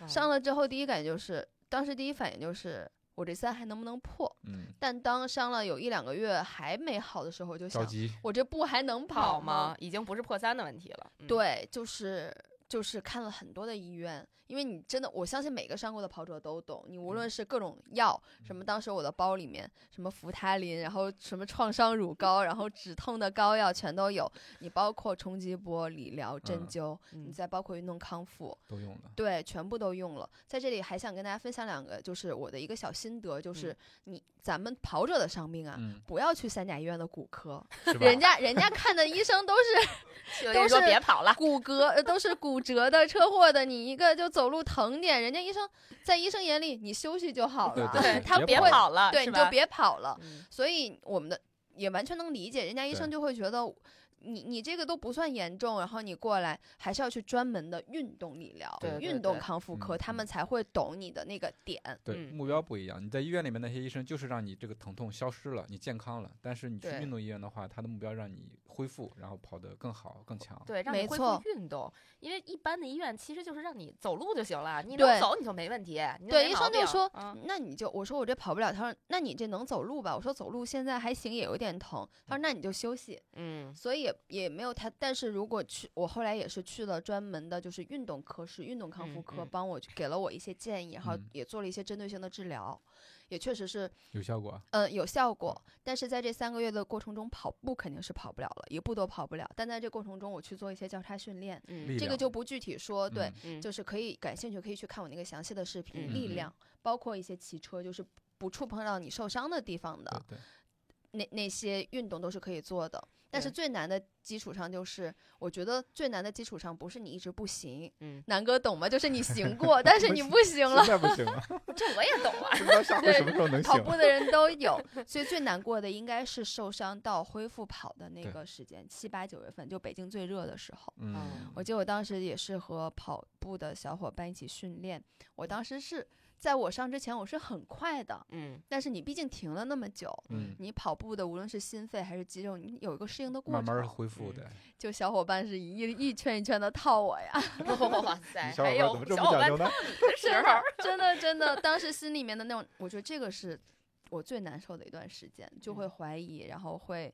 S3: 嗯
S4: 上了之后第一感觉就是，当时第一反应就是我这三还能不能破？
S1: 嗯
S4: 但当伤了有一两个月还没好的时候，我就
S1: 着
S4: 想
S1: 急，
S4: 我这步还能
S3: 跑
S4: 跑
S3: 吗？？已经不是破三的问题了，嗯，
S4: 对，就是就是看了很多的医院，因为你真的，我相信每个上过的跑者都懂，你无论是各种药，什么当时我的包里面什么扶他林，然后什么创伤乳膏，然后止痛的膏药全都有，你包括冲击波、理疗、针
S1: 嗯
S4: 灸，你
S3: 嗯
S4: 再包括运动康复，
S1: 都用了，
S4: 对，全部都用了。在这里还想跟大家分享两个，就是我的一个小心得，就是你咱们跑者的伤病啊。
S1: 嗯，
S4: 不要去三甲医院的骨科，
S1: 是吧？
S4: 人家人家看的医生都是
S3: 就
S4: 都
S3: 跟你说
S4: 是
S3: 别跑了，
S4: 骨骼呃都是骨折的、车祸的，你一个就走路疼点，人家医生在医生眼里你休息就好了，
S1: 对对
S4: 他
S1: 别
S3: 别
S4: 不会，
S3: 跑了，
S4: 对
S3: 是
S4: 你就
S3: 吧，
S4: 别跑了。
S3: 嗯
S4: 所以我们的也完全能理解，人家医生
S1: 对
S4: 就会觉得你你这个都不算严重，然后你过来还是要去专门的运动理疗、
S3: 对对
S4: 运
S3: 对
S4: 动康复科，
S1: 嗯
S4: 他们
S1: 嗯
S4: 才会懂你的那个点。
S1: 对，
S3: 嗯
S1: 目标不一样。你在医院里面那些医生就是让你这个疼痛消失了，你健康了。但是你去
S3: 对
S1: 运动医院的话，他的目标让你恢复，然后跑得更好、更强。
S3: 对，让
S4: 没
S3: 你恢
S4: 错
S3: 复运动，因为一般的医院其实就是让你走路就行了，你
S4: 对
S3: 能走你就没问题。你
S4: 对
S3: 没
S4: 医
S3: 毛
S4: 生就
S3: 病
S4: 说
S3: 嗯
S4: 那你就我说我这跑不了，他说那你这能走路吧？我说走路现在还行，也有点疼。他说那你就休息。
S3: 嗯
S4: 所以也也没有太，但是如果去，我后来也是去了专门的，就是运动科室、运动康复
S3: 嗯
S4: 科，
S3: 嗯
S4: 帮我去给了我一些建议，然后
S1: 嗯
S4: 也做了一些针对性的治疗，也确实是，
S1: 有效果啊。
S4: 嗯，有效果。但是在这三个月的过程中，跑步肯定是跑不了了，一步都跑不了。但在这过程中，我去做一些交叉训练，
S1: 力
S3: 嗯
S4: 这个
S1: 量
S4: 就不具体说，哦对，
S3: 嗯，
S4: 就是可以感兴趣可以去看我那个详细的视频，
S3: 嗯
S4: 力
S1: 嗯嗯
S4: 量，包括一些骑车，就是不触碰到你受伤的地方的。
S1: 嗯对对，
S4: 那那些运动都是可以做的。但是
S3: 对
S4: 最难的基础上就是，我觉得最难的基础上不是你一直不行，
S3: 嗯，
S4: 南哥懂吗？就是你行 过，但是你不行了
S1: 现。在不行 了，
S3: 这我也懂啊
S1: 不。知道下回
S4: 对
S1: 什么时候能
S4: 跑
S1: 行。
S4: 步的人都有，所以最难过的应该是受伤到恢复跑的那
S1: 对
S4: 个时间，七八九月份，就北京最热的时候。
S1: 嗯，
S4: 哦我记得我当时也是和跑步的小伙伴一起训练，我当时是在我上之前我是很快的，
S3: 嗯，
S4: 但是你毕竟停了那么久，
S1: 嗯，
S4: 你跑步的无论是心肺还是肌肉，你有一个适应的过
S1: 慢
S4: 程。
S1: 慢恢复
S3: 嗯
S1: 的。
S4: 就小伙伴是一一圈一圈的套我呀，
S3: 哇
S1: 你
S3: 塞，
S1: 小
S3: 还
S1: 伙伴
S3: 有
S1: 怎么这
S3: 小
S1: 么
S3: 伙
S1: 讲
S3: 伴
S1: 究呢？
S3: 的时
S4: 真
S3: 候
S4: 的，真的真的，当时心里面的那种，我觉得这个是我最难受的一段时间，就会
S3: 嗯
S4: 怀疑，然后会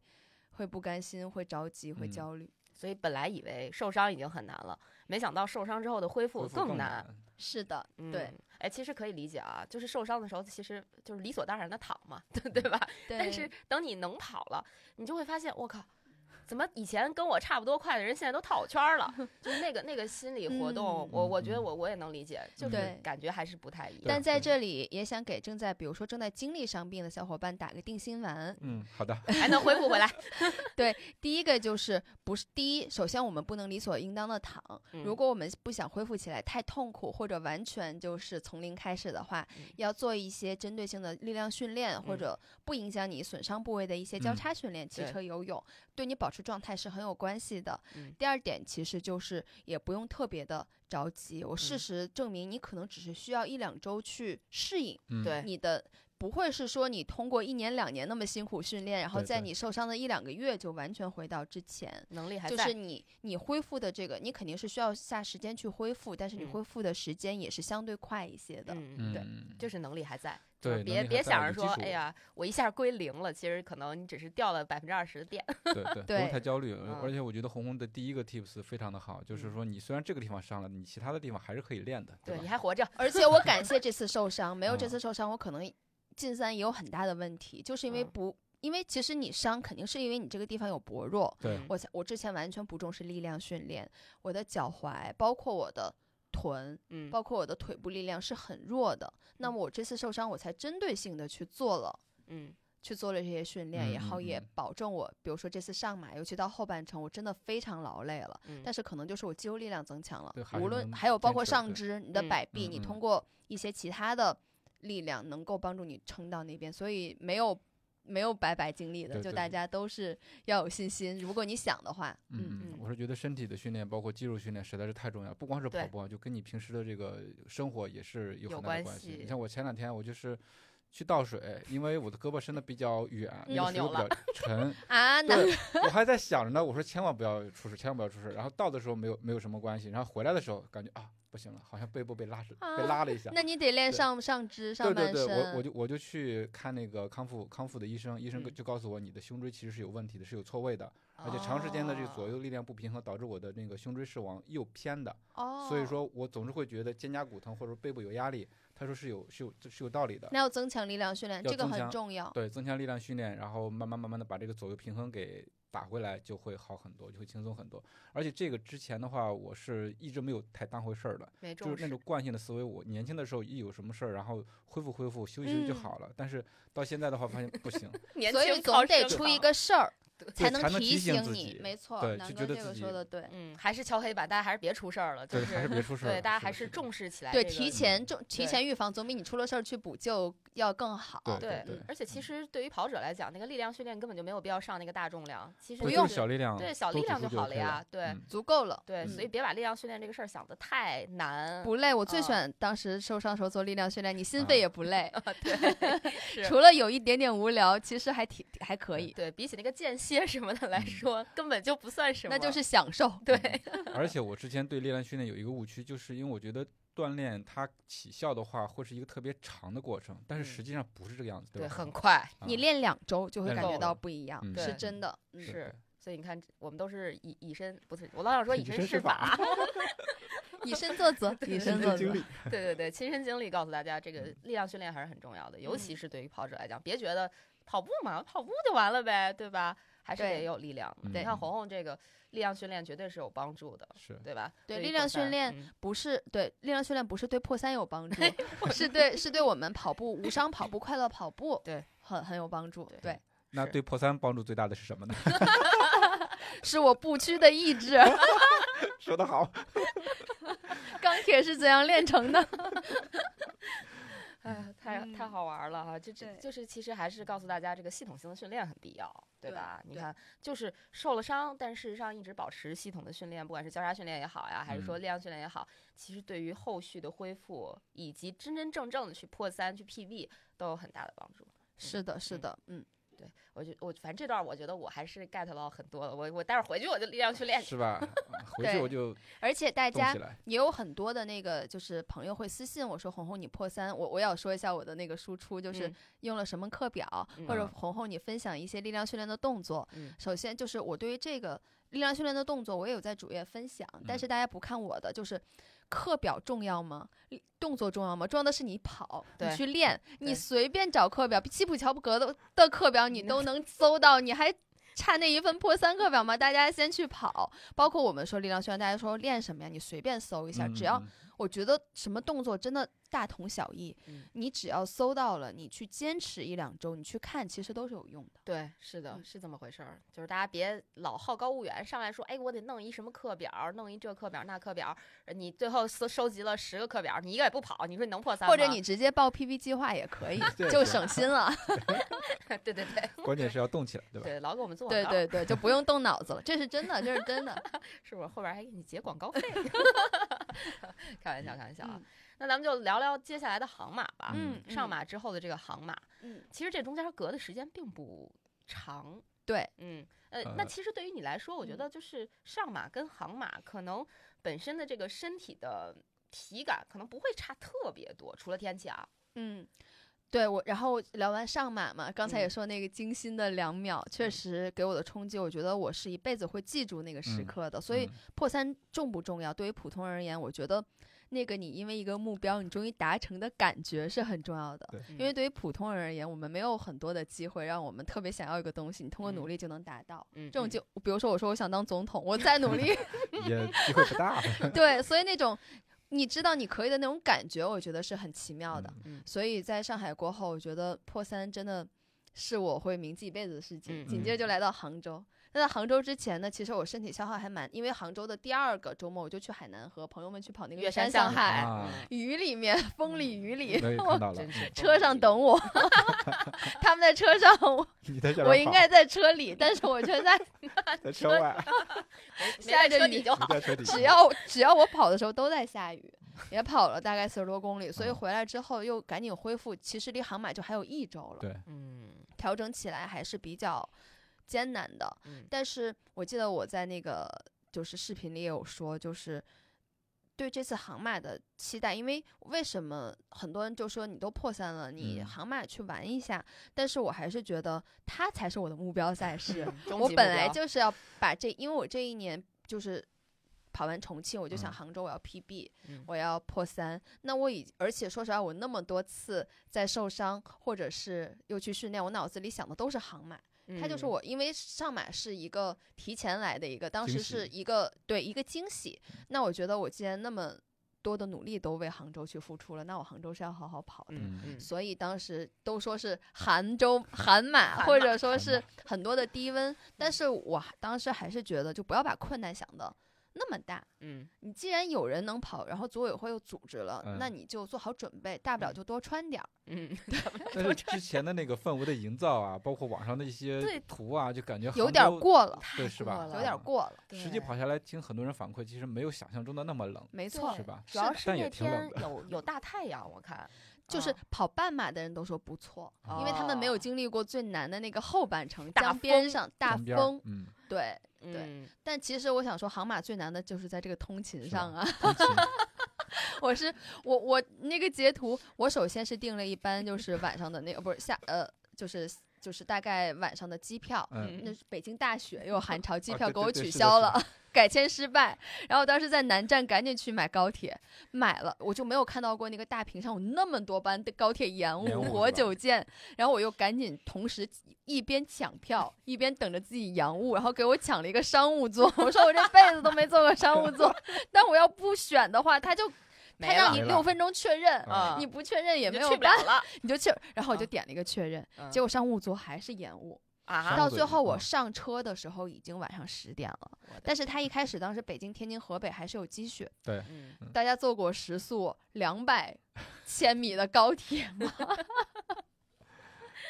S4: 会不甘心，会着急，会
S1: 嗯
S4: 焦虑。
S3: 所以本来以为受伤已经很难了，没想到受伤之后的恢复
S1: 恢复更
S3: 难。。
S4: 是的，对
S3: 嗯，哎，其实可以理解啊，就是受伤的时候，其实就是理所当然的躺嘛， 对对吧？
S4: 对
S3: 但是等你能跑了，你就会发现，我靠，怎么以前跟我差不多快的人现在都跑圈 儿了？就是那个那个心理活动
S4: 嗯，
S3: 我我
S1: 嗯
S3: 觉得
S1: 嗯
S3: 我我也能理解，就
S4: 对
S3: 是感觉还是不太一
S1: 对
S3: 样。
S4: 但在
S1: 对
S4: 这里也想给正在比如说正在经历伤病的小伙伴打个定心丸。
S1: 嗯，好 的，
S3: 还能恢复 回来。
S4: 第一个就是不是第一，首先我们不能理所应当的躺，如
S3: 嗯
S4: 果我们不想恢复起来太痛苦，或者完全就是从零开始的话，
S3: 嗯
S4: 要做一些针对性的力量训练，或
S3: 嗯
S4: 者不影响你损伤部位的一些交
S1: 嗯
S4: 叉训练，骑
S3: 对
S4: 车、游泳，对你保持状态是很有关系的。
S3: 嗯
S4: 第二点其实就是也不用特别的着急，我事
S3: 嗯
S4: 实证明你可能只是需要一两周去适应
S1: 嗯，
S3: 对
S4: 你的。不会是说你通过一年两年那么辛苦训练，然后
S5: 对
S4: 在
S5: 对
S4: 你受伤的一两个月就完全回到之前。
S3: 能力还
S4: 就
S3: 在。
S4: 是你，你恢复的这个，你肯定是需要下时间去恢复，但是你
S3: 嗯
S4: 恢复的时间也是相对快一些的。
S3: 嗯，对，
S1: 嗯
S3: 就是能力还在。就
S1: 对
S3: 是
S1: 能
S3: 别
S1: 力还
S3: 别
S1: 在
S3: 想
S1: 有
S3: 着
S1: 基
S3: 说，
S1: 础
S3: 哎呀，我一下归零了，其实可能你只是掉了百分之二十的电。
S1: 对对，不
S4: 对
S1: 用太焦虑。而
S3: 嗯
S1: 而且我觉得红红的第一个 tips 非常的好，就是
S3: 嗯
S1: 说你虽然这个地方伤了，你其他的地方还是可以练的，
S3: 对，
S1: 吧
S3: 你？还活着。
S4: 而且我感谢这次受伤，没有这
S1: 嗯
S4: 次受伤，我可能进三也有很大的问题，就是因为
S3: 嗯
S4: 不，因为其实你伤肯定是因为你这个地方有薄弱。
S1: 对
S3: 嗯
S4: 我才我之前完全不重视力量训练，我的脚踝包括我的臀，
S3: 嗯，
S4: 包括我的腿部力量是很弱的。那么我这次受伤，我才针对性的去做了。
S3: 嗯
S4: 去做了这些训练，
S1: 嗯
S4: 然后
S1: 嗯
S4: 也
S1: 嗯
S4: 保证我，比如说这次上马，尤其到后半程，我真的非常劳累了。
S3: 嗯，
S4: 但是可能就是我肌肉力量增强了
S1: 对，还是
S4: 无论
S1: 能
S4: 还有包
S1: 坚
S4: 括
S1: 持
S4: 上
S1: 对
S4: 肢、你的
S3: 嗯
S4: 摆臂，你
S1: 嗯
S4: 通
S1: 嗯
S4: 过一些其他的力量能够帮助你撑到那边，所以没有没有白白经历的，
S1: 对
S4: 就
S1: 对
S4: 大家都是要有信心，如果你想的话，嗯，
S1: 嗯
S3: 嗯
S1: 嗯，我是觉得身体的训练，包括肌肉训练，实在是太重要。不光是跑
S3: 对
S1: 步啊，就跟你平时的这个生活也是有
S3: 有
S1: 很大的
S3: 关
S1: 关系。
S3: 系
S1: 你像我前两天我就是去倒水，因为我的胳膊伸的比较远，那
S3: 嗯腰
S1: 个水又
S3: 扭
S1: 比较沉，
S4: 啊，那
S1: 对我还在想着呢，我说千万不要出事，千万不要出事。然后倒的时候没有没有什么关系，然后回来的时候感觉啊不行了，好像背部被拉着被
S4: 啊
S1: 拉了一下。
S4: 那你得练
S1: 对
S4: 上上肢、
S1: 对
S4: 上半
S1: 对
S4: 身，
S1: 对，我我就我就去看那个康复康复的医生，医生
S3: 嗯
S1: 就告诉我你的胸椎其实是有问题的，是有错位的，而且长时间的这个左
S3: 哦
S1: 右力量不平衡导致我的那个胸椎是往右偏的，
S4: 哦，
S1: 所以说我总是会觉得肩胛骨疼或者背部有压力。他说是有是有这是有道理的，
S4: 那要增强力量训练，
S1: 要
S4: 这个
S1: 增
S4: 很
S1: 强
S4: 重
S3: 啊
S4: 要。
S1: 对，增强力量训练，然后慢慢慢慢的把这个左右平衡给打回来，就会好很多，就会轻松很多。而且这个之前的话，我是一直没有太当回事儿的，
S3: 没
S1: 就
S3: 重
S1: 是那
S3: 视
S1: 种。惯性的思维。我年轻的时候一有什么事儿，然后恢复恢复，休息休息就
S4: 嗯
S1: 好了。但是到现在的话，发现不 行，
S3: 年
S4: 所以
S3: 轻靠
S4: 总得
S3: 生啊
S4: 出
S3: 长
S4: 一。个事儿，
S1: 对
S4: 能
S1: 才能提醒
S4: 醒
S1: 自
S4: 你
S1: 己。
S4: 没错，
S1: 对
S4: 南
S1: 就
S4: 哥
S1: 觉得
S4: 这个
S1: 自
S4: 说
S1: 己
S4: 的对，
S3: 嗯，还是敲黑板，大家还是别出事儿了。就
S1: 对，还是
S3: 是
S1: 别出事儿了。
S3: 对，大家还
S1: 是
S3: 是
S1: 的
S3: 重视起来。
S4: 对，提前
S1: 嗯
S4: 重提
S3: 对
S4: 前预防，总比你出了事儿去补救要更好。
S1: 对
S3: 对，
S1: 对
S3: 而且其
S1: 嗯
S3: 实对于跑者来讲，那个力量训练根本就没有必要上那个大重量，其实
S1: 对
S4: 不
S1: 就
S4: 用
S1: 是小力量，
S3: 对小
S1: 多
S3: 力
S1: 组
S3: 量
S1: 数
S3: 就好
S1: 可
S3: 了
S1: 以
S3: 呀。对
S1: 嗯
S4: 足够了。
S3: 对，所以别把力量训练这个事儿想的太难。
S4: 嗯不累，我最
S3: 啊
S4: 喜欢当时受伤时候做力量训练，你心
S1: 啊
S4: 肺也不累，
S3: 是
S4: 除了有一点点无聊，其实还挺还可以，
S3: 对比起那个间歇什么的来
S1: 嗯
S3: 说，根本就不算什么。
S4: 那就是享受。
S3: 对，
S1: 嗯而且我之前对力量训练有一个误区，就是因为我觉得锻炼它起效的话，会是一个特别长的过程，但是
S3: 嗯
S1: 实际上不是这个样子，
S3: 对，
S1: 吧？
S3: 很快。
S4: 你
S1: 啊
S4: 练两周就会
S1: 练
S4: 感
S3: 两
S4: 觉
S3: 周
S4: 到不一样，
S1: 嗯
S4: 是
S3: 对
S4: 真的。嗯
S1: 对
S3: 是
S1: 对，
S3: 所以你看，我们都是以以身不是，我老想说
S1: 以
S3: 以身
S1: 身
S3: 试
S1: 试法
S3: 法。
S4: 以身 作则，以身作则。
S3: 对 对对，亲身经历告诉大家，这个
S1: 嗯
S3: 力量训练还是很重要的，尤其
S4: 嗯
S3: 是对于跑者来讲，别觉得跑步嘛，跑步就完了呗，对吧？还是
S4: 对嗯
S3: 得有力量的。
S1: 对
S3: 你看红红这个力量训练绝对是有帮助的，
S1: 是
S3: 对吧？
S4: 对
S3: 于
S4: 力量
S3: 破
S4: 训
S3: 三
S4: 练，
S3: 嗯
S4: 不是对力量训练不是对破三有帮助，
S3: 哎
S4: 是对是对我们跑步无伤跑步快乐跑步
S3: 对
S4: 很很有帮助。
S3: 对
S4: 对，
S1: 那
S3: 是
S1: 对破三帮助最大的是什么呢？
S4: 是我不屈的 意志。
S1: 说得 好，
S4: 钢铁是怎样炼成 的？
S3: 哎呀，太太
S4: 嗯
S3: 好玩儿了哈！这这
S4: 对
S3: 就是其实还是告诉大家，这个系统性的训练很必要，对
S4: 对
S3: 吧？你
S4: 对
S3: 看，就是受了伤，但事实上一直保持系统的训练，不管是交叉训练也好呀，还是说
S1: 嗯
S3: 力量训练也好，其实对于后续的恢复以及真真正正的去破三、去 PB 都有很大的帮助。
S4: 是的，是
S3: 嗯
S4: 的，嗯，
S3: 我觉我反正这段我觉得我还是 get 到很多的，我我待会儿回去我就力量训练去。
S1: 是 吧？啊回去
S4: 对
S1: 我就
S4: 而且大
S1: 动
S4: 家
S1: 起来。
S4: 也有很多的那个就是朋友会私信我说：“红红，你破三，我我要说一下我的那个输出，就是
S3: 嗯
S4: 用了什么课表，或者
S1: 嗯
S4: 红红你分享一些力量训练的动作。
S3: 嗯
S4: 首先就是我对于这个力量训练的动作，我也有在主页分享，但
S1: 嗯
S4: 是大家不看我的，就是课表重要吗？力动作重要吗？重要的是你跑，你
S3: 对
S4: 去练，你
S3: 对嗯
S4: 随便找课表，基普乔布格的的课表你都能搜到，你还。差那一份破三课表吗？大家先去跑，包括我们说力量训练，大家说练什么呀？你随便搜一下，只要
S1: 嗯嗯，
S4: 我觉得什么动作真的大同小异，
S3: 嗯
S4: 你只要搜到了，你去坚持一两周，你去看，其实都是有用的。
S3: 对，是的，
S4: 嗯
S3: 是这么回事儿。就是大家别老好高骛远，上来说，哎，我得弄一什么课表儿，弄一这课表儿那课表儿，呃你最后收收集了十个课表儿，你一个也不跑，你说你能破三
S4: 或者
S3: 吗
S4: 你直接报 PP 计划也可以
S1: 对
S4: 就
S1: 对
S4: 省心了。
S3: 对对 对
S1: 嗯关键是要动起来，对吧？
S3: 对，老给我们做广
S4: 对
S3: 告，
S4: 对对，就不用动脑子了，这是真的，这是真的。
S3: 是不是？后边儿还给你结广告费？开玩笑，开玩笑啊。
S4: 嗯
S3: 那咱们就聊聊接下来的航马吧，
S1: 嗯
S3: 上马之后的这个航马，
S4: 嗯，
S3: 其实这中间隔的时间并不长。
S4: 对，
S3: 嗯，呃，
S1: 呃
S3: 那其实对于你来说，我觉
S4: 嗯
S3: 得就是上马跟航马可能本身的这个身体的体感可能不会差特别多，除了天气啊。
S4: 嗯，对我，然后聊完上马嘛，刚才也
S3: 嗯
S4: 说那个惊心的两秒，确
S3: 嗯
S4: 实给我的冲击，我觉得我是一辈子会记住那个时
S1: 嗯
S4: 刻的。所以破三重不重要？对于普通人而言，我觉得那个你因为一个目标，你终于达成的感觉是很重要的。
S3: 因
S4: 因为对于普通人而言，我们没有很多的机会，让我们特别想要一个东西，你通过
S3: 嗯
S4: 努力就能达到。
S3: 这
S4: 这种就，比如说我说我想当总统，我再努力，
S1: 也机会不 大。
S4: 对，所以那种你知道你可以的那种感觉，我觉得是很奇妙的。
S3: 嗯
S4: 所以在上海过后，我觉得破三真的是我会铭记一辈子的事情。
S3: 嗯
S4: 紧接着就来到杭州。那在杭州之前呢，其实我身体消耗还蛮，因为杭州的第二个周末我就去海南和朋友们去跑那个
S3: 月
S4: 山
S3: 山
S4: 向
S3: 向
S4: 海，
S1: 啊嗯
S4: 雨里面风里雨里，
S1: 我也看到了，
S3: 真是
S4: 车上等我， 他们在车上，我
S1: 你在这儿
S4: 我应
S1: 跑
S4: 该在车里，但是我却在
S1: 在车 外，
S3: 下
S4: 下着
S3: 着
S4: 雨
S3: 你就
S1: 你
S3: 好。
S1: 在 车底下。
S4: 只要只要我跑的时候都在下雨，也跑了大概四十多公里，所以
S1: 嗯
S4: 回来之后又赶紧恢复，其实离航马就还有一周了，
S1: 对，
S3: 嗯
S4: 调整起来还是比较艰难的。
S3: 嗯
S4: 但是我记得我在那个就是视频里也有说，就是对这次航马的期待，因为为什么很多人就说你都破三了，你
S1: 嗯
S4: 航马去玩一下，但是我还是觉得它才是我的目标赛事。
S3: 嗯终
S4: 我
S3: 极
S4: 本
S3: 目
S4: 来
S3: 标
S4: 就是要把这，因为我这一年就是跑完重庆，我就想
S1: 嗯
S4: 杭州我要 PB，、
S3: 嗯
S4: 我要破三。那我已而且说实话，我那么多次在受伤或者是又去训练，我脑子里想的都是航马。他就
S3: 嗯
S4: 是我，因为上马是一个提前来的一个，当
S1: 惊
S4: 时
S1: 喜
S4: 是一个对一个惊喜。那我觉得我既然那么多的努力都为杭州去付出了，那我杭州是要好好跑的。
S3: 嗯嗯
S4: 所以当时都说是杭州韩
S3: 韩
S4: 马，
S3: 马
S4: 或者说
S1: 韩
S4: 是
S1: 马
S4: 很多的低温，但是我还当时还是觉得，就不要把困难想的那么大。
S3: 嗯
S4: 你既然有人能跑，然后组委会又组织了，那
S1: 嗯
S4: 你就做好准备，大不了
S3: 嗯
S4: 就多穿点儿。
S3: 嗯，
S1: 但 是之前的那个氛围的营造啊，包括网上的一些
S3: 对
S1: 图啊，就感觉
S4: 有
S1: 杭
S4: 点
S1: 州
S4: 儿，过了，
S1: 对
S3: 太
S1: 是吧
S3: 过
S4: 有点儿
S1: 啊
S4: 过了，
S1: 实际跑下来，听很多人反馈，其实没有想象中的那么冷，
S4: 没错
S1: 是。吧？
S3: 主要
S1: 是
S3: 是
S1: 但也
S3: 那
S1: 挺冷
S3: 天有有大太阳，我看
S4: 就是
S3: 啊
S4: 跑半马的人都说不错，因为他们没有
S3: 哦
S4: 经历过最难的那个后半程，
S3: 大
S4: 江边
S3: 风
S4: 上大
S1: 江边儿
S4: 风，
S1: 嗯，
S4: 对。
S3: 嗯
S4: 但其实我想说，杭马最难的就是在这个通勤
S1: 是
S4: 上啊。
S1: 通 勤
S4: 我是我我那个截图，我首先是订了一班就是晚上的那个不是下呃就是就是大概晚上的机票，
S1: 嗯，
S4: 那是北京大雪又有寒潮，机
S1: 啊
S4: 票
S1: 对
S4: 给
S1: 对
S4: 我
S1: 对
S4: 取
S1: 是的
S4: 消
S1: 是
S4: 了
S1: 的，
S4: 改签失败。然后当时在南站赶紧去买高铁，买了我就没有看到过那个大屏上有那么多班的高铁延误
S1: 延误是
S4: 活
S1: 吧
S4: 久见。然后我又赶紧同时一边抢票，一边等着自己延误，然后给我抢了一个商务座。 我说我这辈子都没坐过商务座， 但我要不选的话，他就他
S3: 没
S4: 让
S3: 了
S4: 你
S1: 没
S4: 六
S1: 了
S4: 分钟确认。
S3: 啊，
S4: 你不确认也
S3: 你
S4: 没
S3: 就
S4: 有
S3: 去不了
S4: 办法，
S3: 了
S4: 你就去。然后我就
S3: 啊
S4: 点了一个确认，
S3: 嗯
S4: 结果商务座还是延误。
S1: 商
S3: 啊
S1: 务
S4: 到
S1: 座
S4: 最
S1: 椅
S4: 后我
S1: 嗯
S4: 上车的时候已经晚上十点了，但是他一开始当时北京、天津、河北还是有积雪，
S3: 嗯
S4: 大家坐过时速 两百千米的高铁吗？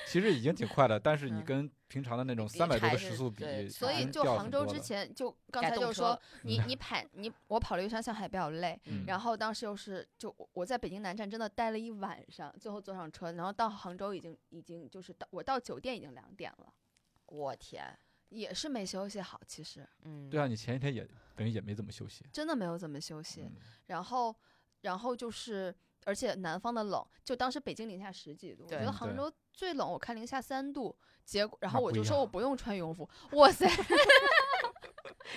S1: 其实已经挺快了，但是你
S3: 嗯
S1: 跟平常的那种
S3: 比
S1: 三百多
S3: 还
S1: 的
S3: 是
S1: 时速比
S3: 对，
S4: 所
S1: 已
S4: 以
S1: 经
S4: 就
S1: 掉
S4: 杭
S1: 很
S4: 州
S1: 多
S4: 之
S1: 了
S4: 前就刚
S3: 改
S4: 才
S3: 动
S4: 就
S3: 车嗯
S4: 说你你跑你我跑了一个山上海比较累，
S1: 嗯
S4: 然后当时又是就我我在北京南站真的待了一晚上，最后坐上车，然后到杭州已经已经就是到我到酒店已经两点了，
S3: 我天，
S4: 也是没休息好，其实
S3: 嗯，
S1: 对啊，你前一天也等于也没怎么休息，
S4: 真的没有怎么休息。
S1: 嗯
S4: 然后，然后就是，而且南方的冷，就当时北京零下十几度，我觉
S3: 对
S4: 得
S1: 嗯
S4: 杭
S1: 对
S4: 州最冷，我看零下三度，结果，然
S1: 那
S4: 后我
S1: 不
S4: 就
S1: 一
S4: 说我
S1: 样
S4: 不用穿羽绒服，哇塞，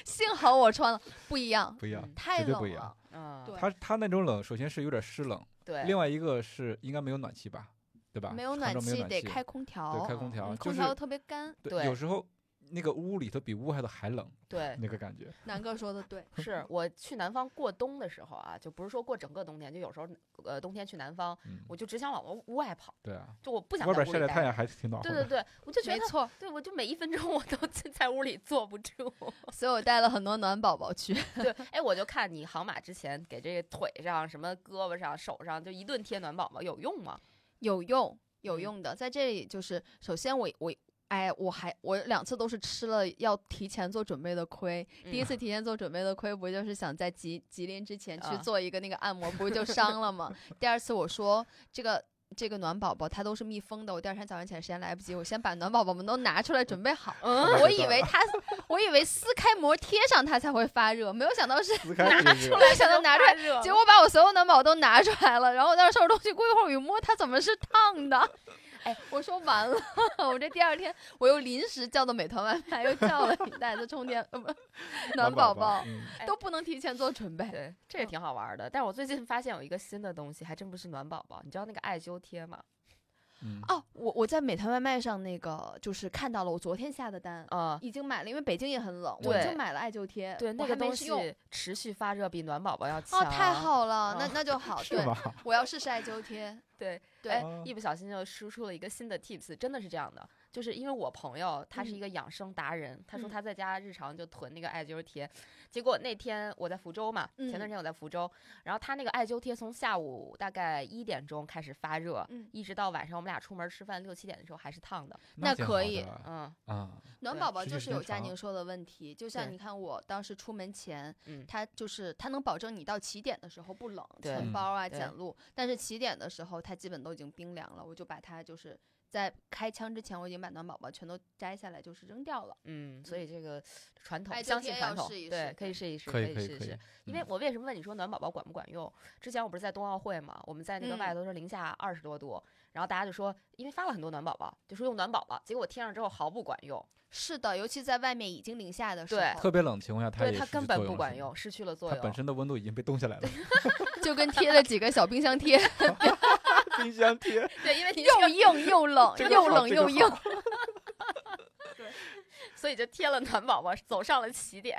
S4: 幸好我穿了，不一样，
S1: 不一样
S3: 嗯，
S4: 太
S1: 绝对不
S4: 冷
S1: 一样
S4: 了，
S3: 嗯，
S4: 对
S1: 它它那种冷，首先是有点湿冷，
S3: 对，
S1: 另外一个是应该没有暖气吧，对吧？
S4: 没有
S1: 杭
S4: 暖
S1: 州没有
S4: 气
S1: 暖
S4: 得
S1: 气，
S4: 开空调，
S1: 对，开空调，
S4: 嗯
S1: 就
S4: 空
S1: 是
S4: 调特别干，
S1: 对，
S3: 对
S1: 有时候那个屋里头比屋外头还冷，
S3: 对，
S1: 那个感觉，
S4: 南哥说的对，
S3: 是我去南方过冬的时候啊，就不是说过整个冬天，就有时候呃冬天去南方，
S1: 嗯，
S3: 我就只想往屋屋外跑，
S1: 对啊，
S3: 就我不想
S1: 外
S3: 在
S1: 边
S3: 屋
S1: 晒
S3: 里
S1: 晒
S3: 待
S1: 太
S3: 着
S1: 阳还挺暖和
S3: 对对
S1: 的，
S3: 对，我就觉
S4: 没
S3: 得，
S4: 错，
S3: 对我就每一分钟我都 在屋里坐不住。
S4: 所以我带了很多暖宝宝去，
S3: 对，哎，我就看你航马之前给这个腿上、什么胳膊上、手上就一顿贴暖宝宝，有用吗？
S4: 有用，有
S3: 嗯
S4: 用的。在这里就是，首先我我哎，我还我两次都是吃了要提前做准备的亏。
S3: 嗯
S4: 第一次提前做准备的亏，不就是想在吉吉林之前去
S3: 啊
S4: 做一个那个按摩，不就伤 了吗？第二次我说这个。这个暖宝宝它都是密封的，我第二天早上起来时间来不及，我先把暖宝宝们都拿出来准备好。
S3: 嗯，
S4: 我以 为它，我以为撕开膜贴上它才会发热，没有想到是
S5: 撕开这个
S4: 我想到拿出来
S3: 热
S4: 结果把我所有暖宝宝都拿出来了，然后但是东西过一会儿一摸，它怎么是烫的？哎，我说完了， 我这第二天我又临时叫的美团外卖，又叫了一袋子充电 呃不暖宝宝，
S5: 嗯
S4: 都不能提前做准备。
S3: 对，这也
S4: 嗯
S3: 挺好玩儿的。但是我最近发现有一个新的东西，还真不是暖宝宝，你知道那个艾灸贴吗？
S1: 嗯，
S4: 哦，我我在美团外卖上那个就是看到了，我昨天下的单。
S3: 啊、
S4: 已经买了，因为北京也很冷，我
S3: 对
S4: 就买了艾灸贴。
S3: 对，
S4: 我
S3: 那
S4: 还
S3: 个
S4: 没
S3: 东
S4: 试用。
S3: 西持续发热比暖宝宝要强。
S4: 哦，太。好了，那
S3: 嗯
S4: 那就 好。
S5: 是
S4: 对，
S5: 吧？
S4: 我要试试艾灸贴。
S3: 对
S4: 对
S3: 哎
S1: 嗯
S5: 哦
S3: 一不小心就输出了一个新的 tips，真的是这样的。就是因为我朋友他是一
S4: 嗯
S3: 个养生达人，他说
S4: 嗯
S3: 他在家日常就囤那个艾灸贴，结果那天我在福州嘛，前段
S4: 嗯
S3: 时间我在福州，然后他那个艾灸贴从下午大概一点钟开始发热，
S4: 嗯
S3: 一直到晚上我们俩出门吃饭六七点的时候还是烫的，
S4: 那
S1: 挺
S4: 可
S1: 好
S4: 以
S1: 的啊、
S3: 嗯
S4: 暖
S5: 呃
S3: 对
S4: 宝宝
S1: 持
S4: 就
S1: 续
S4: 是
S1: 时间
S4: 有佳
S1: 长
S4: 宁说的问题，就像
S3: 对
S4: 你看我当时出门前，
S3: 嗯
S4: 它就是它能保证你到起点的时候不冷，
S3: 对
S4: 存
S1: 嗯
S4: 包啊、
S3: 对
S4: 捡露，但是起点的时候它基本都已经冰凉了，我就把它就是在开枪之前，我已经把暖宝宝全都摘下来，就是扔掉了。
S3: 嗯，所以这个传统
S4: 艾灸
S3: 相信
S4: 贴
S3: 传
S4: 要
S3: 统，
S4: 试一
S3: 对
S4: 试，
S3: 可以试一试，
S1: 可以
S3: 以
S1: 可以
S3: 试一
S1: 可以
S3: 试。因为
S1: 嗯
S3: 我为什么问你说暖宝宝管不管用？之前我不是在冬奥会嘛，我们在那个外
S4: 嗯
S3: 头是零下二十多度，然后大家就说，因为发了很多暖宝宝，就说用暖宝宝，结果贴上之后毫不管用，
S4: 是的，尤其在外面已经零下的时
S3: 对
S1: 特
S4: 候，
S1: 别冷的情况下，它
S3: 哦对
S1: 也
S3: 它
S1: 失
S3: 根
S1: 去
S3: 本
S1: 作
S3: 不
S1: 用
S3: 管
S1: 是
S3: 用，失去了作
S1: 它本
S3: 用。
S1: 身的温度已经被冻下来 了，
S4: 就跟贴了几个小冰箱 贴，
S5: 冰箱贴，
S3: 对，因为你这
S4: 又
S3: 个
S4: 硬又冷，
S5: 这个
S4: 又
S5: 好
S4: 冷
S5: 这个
S4: 又硬。
S3: 所以就贴了暖宝宝，走上了起点。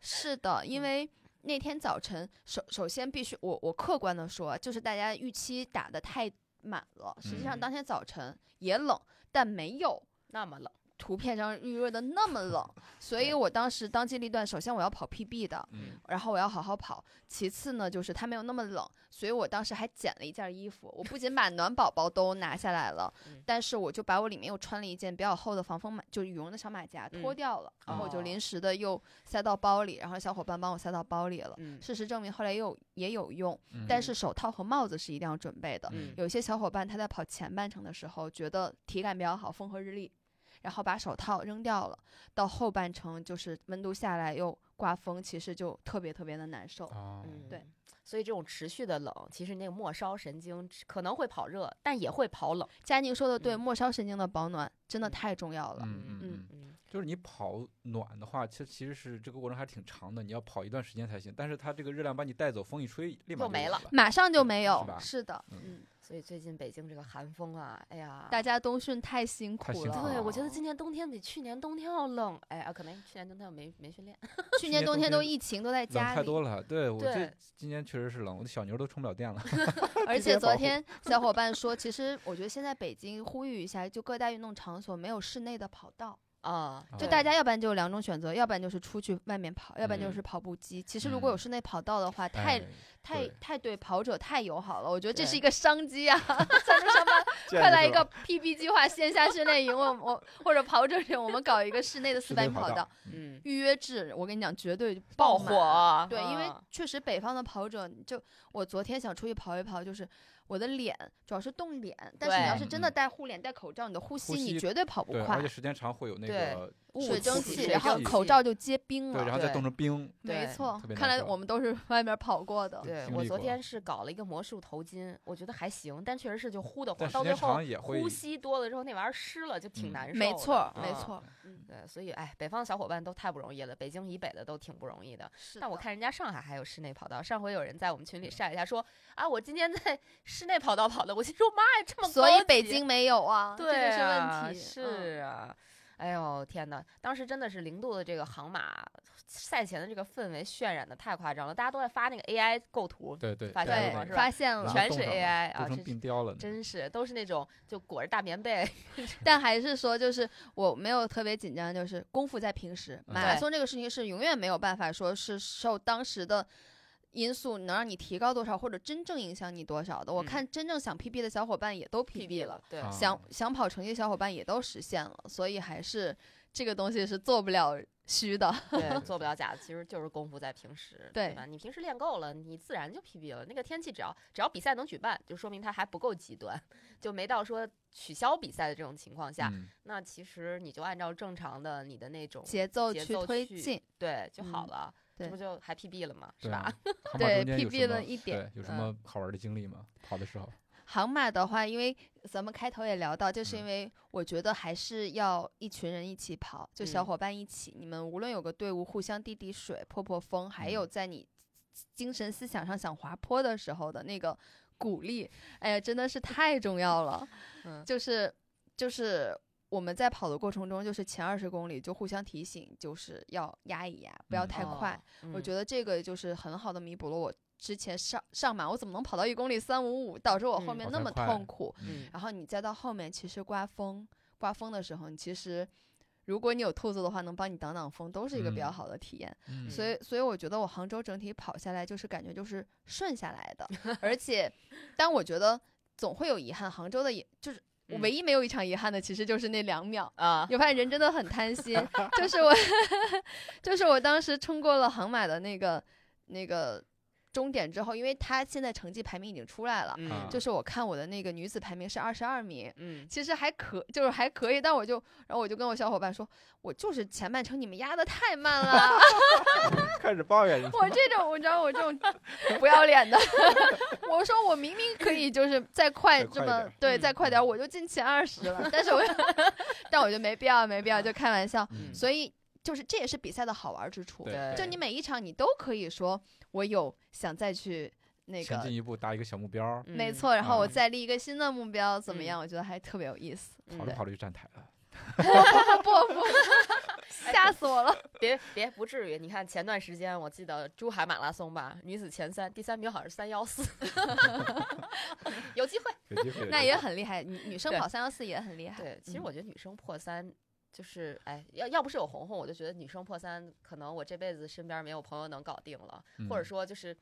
S4: 是的，因
S3: 嗯
S4: 为那天早晨，首首先必须我我客观的说，啊就是大家预期打的太满了，实际上
S3: 嗯
S4: 当天早晨也冷，但没有。
S3: 那么冷，
S4: 图片上预热的那么 冷，所以我当时当机立断，首先我要跑 PB 的，
S1: 嗯，
S4: 然后我要好好跑。其次呢，就是它没有那么冷，所以我当时还捡了一件衣服。我不仅把暖宝宝都拿下来了，
S3: 嗯
S4: 但是我就把我里面又穿了一件比较厚的防风马，就羽绒的小马甲脱
S3: 嗯
S4: 掉了，然后我就
S3: 哦
S4: 临时的又塞到包里，然后小伙伴帮我塞到包里了。
S3: 嗯
S4: 事实证明后来也有也有用，
S1: 嗯
S4: 但是手套和帽子是一定要准备的。
S3: 嗯
S4: 有一些小伙伴他在跑前半程的时候，觉得体感比较好，风和日丽，然后把手套扔掉了。到后半程就是温度下来又刮风，其实就特别特别的难受。
S1: 啊，
S3: 嗯，
S4: 对。
S3: 所以这种持续的冷，其实那个末梢神经可能会跑热，但也会跑冷。
S4: 佳宁说的对，
S3: 嗯
S4: 末梢神经的保暖真的
S3: 嗯
S4: 太重要了。
S1: 嗯嗯
S4: 嗯
S1: 嗯。
S3: 嗯，
S1: 就是你跑暖的话，其实其实是这个过程还挺长的，你要跑一段时间才行。但是它这个热量把你带走，风一吹，立马
S3: 又没
S1: 有
S3: 了
S4: 马上就没
S1: 是
S4: 有，
S1: 吧
S4: 是的，
S1: 嗯
S4: 嗯，
S3: 所以最近北京这个寒风啊，哎呀，
S4: 大家冬训太辛苦
S1: 太辛
S4: 了。
S1: 苦
S3: 对，我觉得
S1: 哦
S3: 今年冬天比去年冬天要冷。哎啊，可能去年冬天我没没训练。
S4: 去
S1: 去
S4: 年
S1: 年
S4: 冬
S1: 冬
S4: 天都
S1: 天
S4: 疫情，都在
S1: 冷
S4: 家
S1: 太
S4: 里，
S1: 多了。对我这
S3: 对
S1: 今年确实是冷，我的小牛都充不了电 了。
S4: 而
S5: 直
S4: 且
S5: 接
S4: 昨
S5: 保护
S4: 天小伙 伴说，其实我觉得现在北京呼吁一下，就各大运动场所没有室内的跑道，
S3: 啊，
S1: 就
S4: 就
S3: 对
S4: 大家要不然就有两种选择，要不然就是出去外面跑，要不然就
S3: 嗯
S4: 是跑步机。其实如果有
S1: 嗯
S4: 室内跑道的话，太
S1: 哎
S4: 太
S1: 对
S4: 太对跑者太友好了，我觉得这是
S3: 对
S4: 一个商机 啊！赞助商们，快来一个 PB 计划线下训练营，我我或者跑者营，我们搞一个室内的四
S1: 室
S4: 百
S1: 内
S4: 米跑道
S1: 道，
S3: 嗯，
S4: 预约制，我跟你讲，绝对
S3: 爆
S4: 满
S3: 火，
S4: 对，因为
S1: 嗯
S3: 啊
S4: 确实北方的跑者，就我昨天想出去跑一跑，就是我的脸主要是冻脸，但是你
S3: 对
S4: 要是真的
S1: 嗯嗯
S4: 戴护脸、戴口罩，你的呼吸你
S1: 吸
S4: 绝对跑不
S1: 对，而
S4: 快
S1: 且，时间长会有那
S3: 对
S1: 个雾
S4: 水蒸
S1: 出
S4: 气，
S1: 水
S4: 然后
S1: 蒸
S4: 口罩就结冰
S1: 对，然
S4: 了。
S1: 后再
S3: 对
S1: 冻成冰。
S4: 没
S3: 对
S4: 错
S1: 特别，难
S4: 看来
S1: 受
S4: 我们都是外面跑过的。
S3: 对
S1: 经
S3: 我
S1: 历
S3: 昨
S1: 过
S3: 天是搞了一个魔术头巾，我觉得还行，但确实是就呼的
S1: 但
S3: 慌，
S1: 时
S3: 到最
S1: 间
S3: 后
S1: 长也会
S3: 呼吸多了之后那玩意儿湿了就挺
S1: 嗯
S3: 难受的。
S4: 没错，没
S3: 嗯。
S4: 错，
S3: 对，所以哎，北方的小伙伴都太不容易了，北京以北的都挺不容易的。
S4: 是
S3: 但我
S4: 的
S3: 看人家上海还有室内跑道，上回有人在我们群里晒一下说啊，我今天在 室内跑道跑的，我心说妈呀，这么高
S4: 所以北
S3: 级
S4: 京没有啊，这
S3: 对
S4: 就是
S3: 啊，
S4: 问题。嗯
S3: 是啊，哎呦天哪！当时真的是零度的这个杭马赛前的这个氛围渲染的太夸张了，大家都在发那个 AI 构图，
S1: 对对
S3: 发现了
S1: 对
S3: 吗是
S4: 对，
S3: 吧
S4: 发现
S1: 然后
S4: 了，
S3: 全
S1: 冻
S3: 是
S1: 上了
S3: AI 啊
S1: 冻
S3: 这
S1: 成冰雕了呢。
S3: 真是都是那种就裹着大棉被，
S4: 但还是说，就是我没有特别紧张，就是功夫在平时。
S1: 嗯
S4: 马拉
S3: 对
S4: 松这个事情是永远没有办法说是受当时的因素能让你提高多少，或者真正影响你多少的。我
S3: 嗯
S4: 看真正想 PB 的小伙伴也都 PB 了，，
S3: 对，
S1: 啊
S4: 想想跑成绩的小伙伴也都实现了，所以还是这个东西是做不了虚的。
S3: 对，做不了假的，其实就是功夫在平时，对
S4: 对
S3: 吧？你平时练够了，你自然就 PB 了。那个天气只要只要比赛能举办，就说明它还不够极端，就没到说取消比赛的这种情况下。
S1: 嗯
S3: 那其实你就按照正常的你的那种
S4: 节奏
S3: 节
S4: 去
S3: 奏
S4: 推
S3: 去
S4: 进，
S3: 对就好
S4: 嗯
S3: 了，这
S4: 对
S3: 不就还 PB 了嘛，是
S1: 对
S3: 吧
S1: 啊？航马
S4: 对
S1: 中间有什
S4: PB
S1: 么
S4: 了一点。
S1: 对，有什
S3: 嗯
S1: 么好玩的经历吗？跑的时候，
S4: 航马的话，因为咱们开头也聊到，就是
S1: 嗯
S4: 因为我觉得还是要一群人一起跑，就小
S3: 嗯
S4: 伙伴一起，你们无论有个队伍，互相递递水、泼泼风，还
S1: 嗯
S4: 有在你精神思想上想滑坡的时候的那个鼓励，哎呀，真的是太重要了。
S3: 嗯
S4: 就是就是我们在跑的过程中，就是前二十公里就互相提醒，就是要压一压，不要
S1: 嗯
S4: 太快。
S3: 哦，
S4: 我觉
S3: 得
S4: 得这个就是很好的弥补了我之前上上马，我怎么能跑到一公里三五五，导致我后
S3: 嗯
S4: 面
S1: 跑
S4: 那
S1: 太
S4: 么
S1: 快
S4: 痛苦？
S3: 嗯
S4: 然后你再到后面，其实刮风，刮风的时候，你其实如果你有兔子的话，能帮你挡挡风，都是一个比较
S1: 嗯
S4: 好的体验。
S1: 嗯
S4: 所以，所以我觉得我杭州整体跑下来，就是感觉就是顺下来的，而且，但我觉得总会有遗憾。杭州的也就是我
S3: 嗯
S4: 唯一没有一场遗憾的，其实就是那两秒。
S3: 啊，
S4: 有发现人真的很贪心，就是我， 就是我当时冲过了杭马的那个那个终点之后，因为他现在成绩排名已经出来了，
S1: 啊
S3: 嗯，
S4: 就是我看我的那个女子排名是二十二名，
S3: 嗯，
S4: 其实还可就是还可以，但我就然后我就跟我小伙伴说，我就是前半程你们压的太慢了，
S5: 开始抱怨了。
S4: 我这种我知道我这种不要脸的，我说我明明可以就是再快
S5: 再
S4: 这
S5: 快
S4: 么
S5: 一点
S4: 对
S3: 嗯
S4: 再快点儿，我就进前二十了，但是我 但我就没必要没必要就开玩笑，
S1: 嗯
S4: 所以就是这也是比赛的好玩之处，
S1: 对
S4: 就你每一场你都可以说我有想再去那
S1: 前
S4: 个
S1: 进一步，搭一个小目标儿，
S4: 没
S3: 嗯，
S4: 错，然后我
S1: 嗯
S4: 再立一个新的目标，怎么样？我觉得还特别有意思。
S3: 嗯
S1: 跑着跑着就站台了。
S4: 不不不， 吓死我了！
S3: 别别不至于。你看前段时间我记得珠海马拉松吧，女子前三，第三名好像是三幺 四， 有机会。
S1: 有机会有机
S4: 那也
S1: 会
S4: 很厉害，女女生
S3: 对
S4: 跑三幺四也很厉害。
S3: 对，其实
S4: 嗯
S3: 我觉得女生破三就是，哎，要要不是有红红，我就觉得女生破三，可能我这辈子身边没有朋友能搞定了，或者
S1: 嗯
S3: 说就是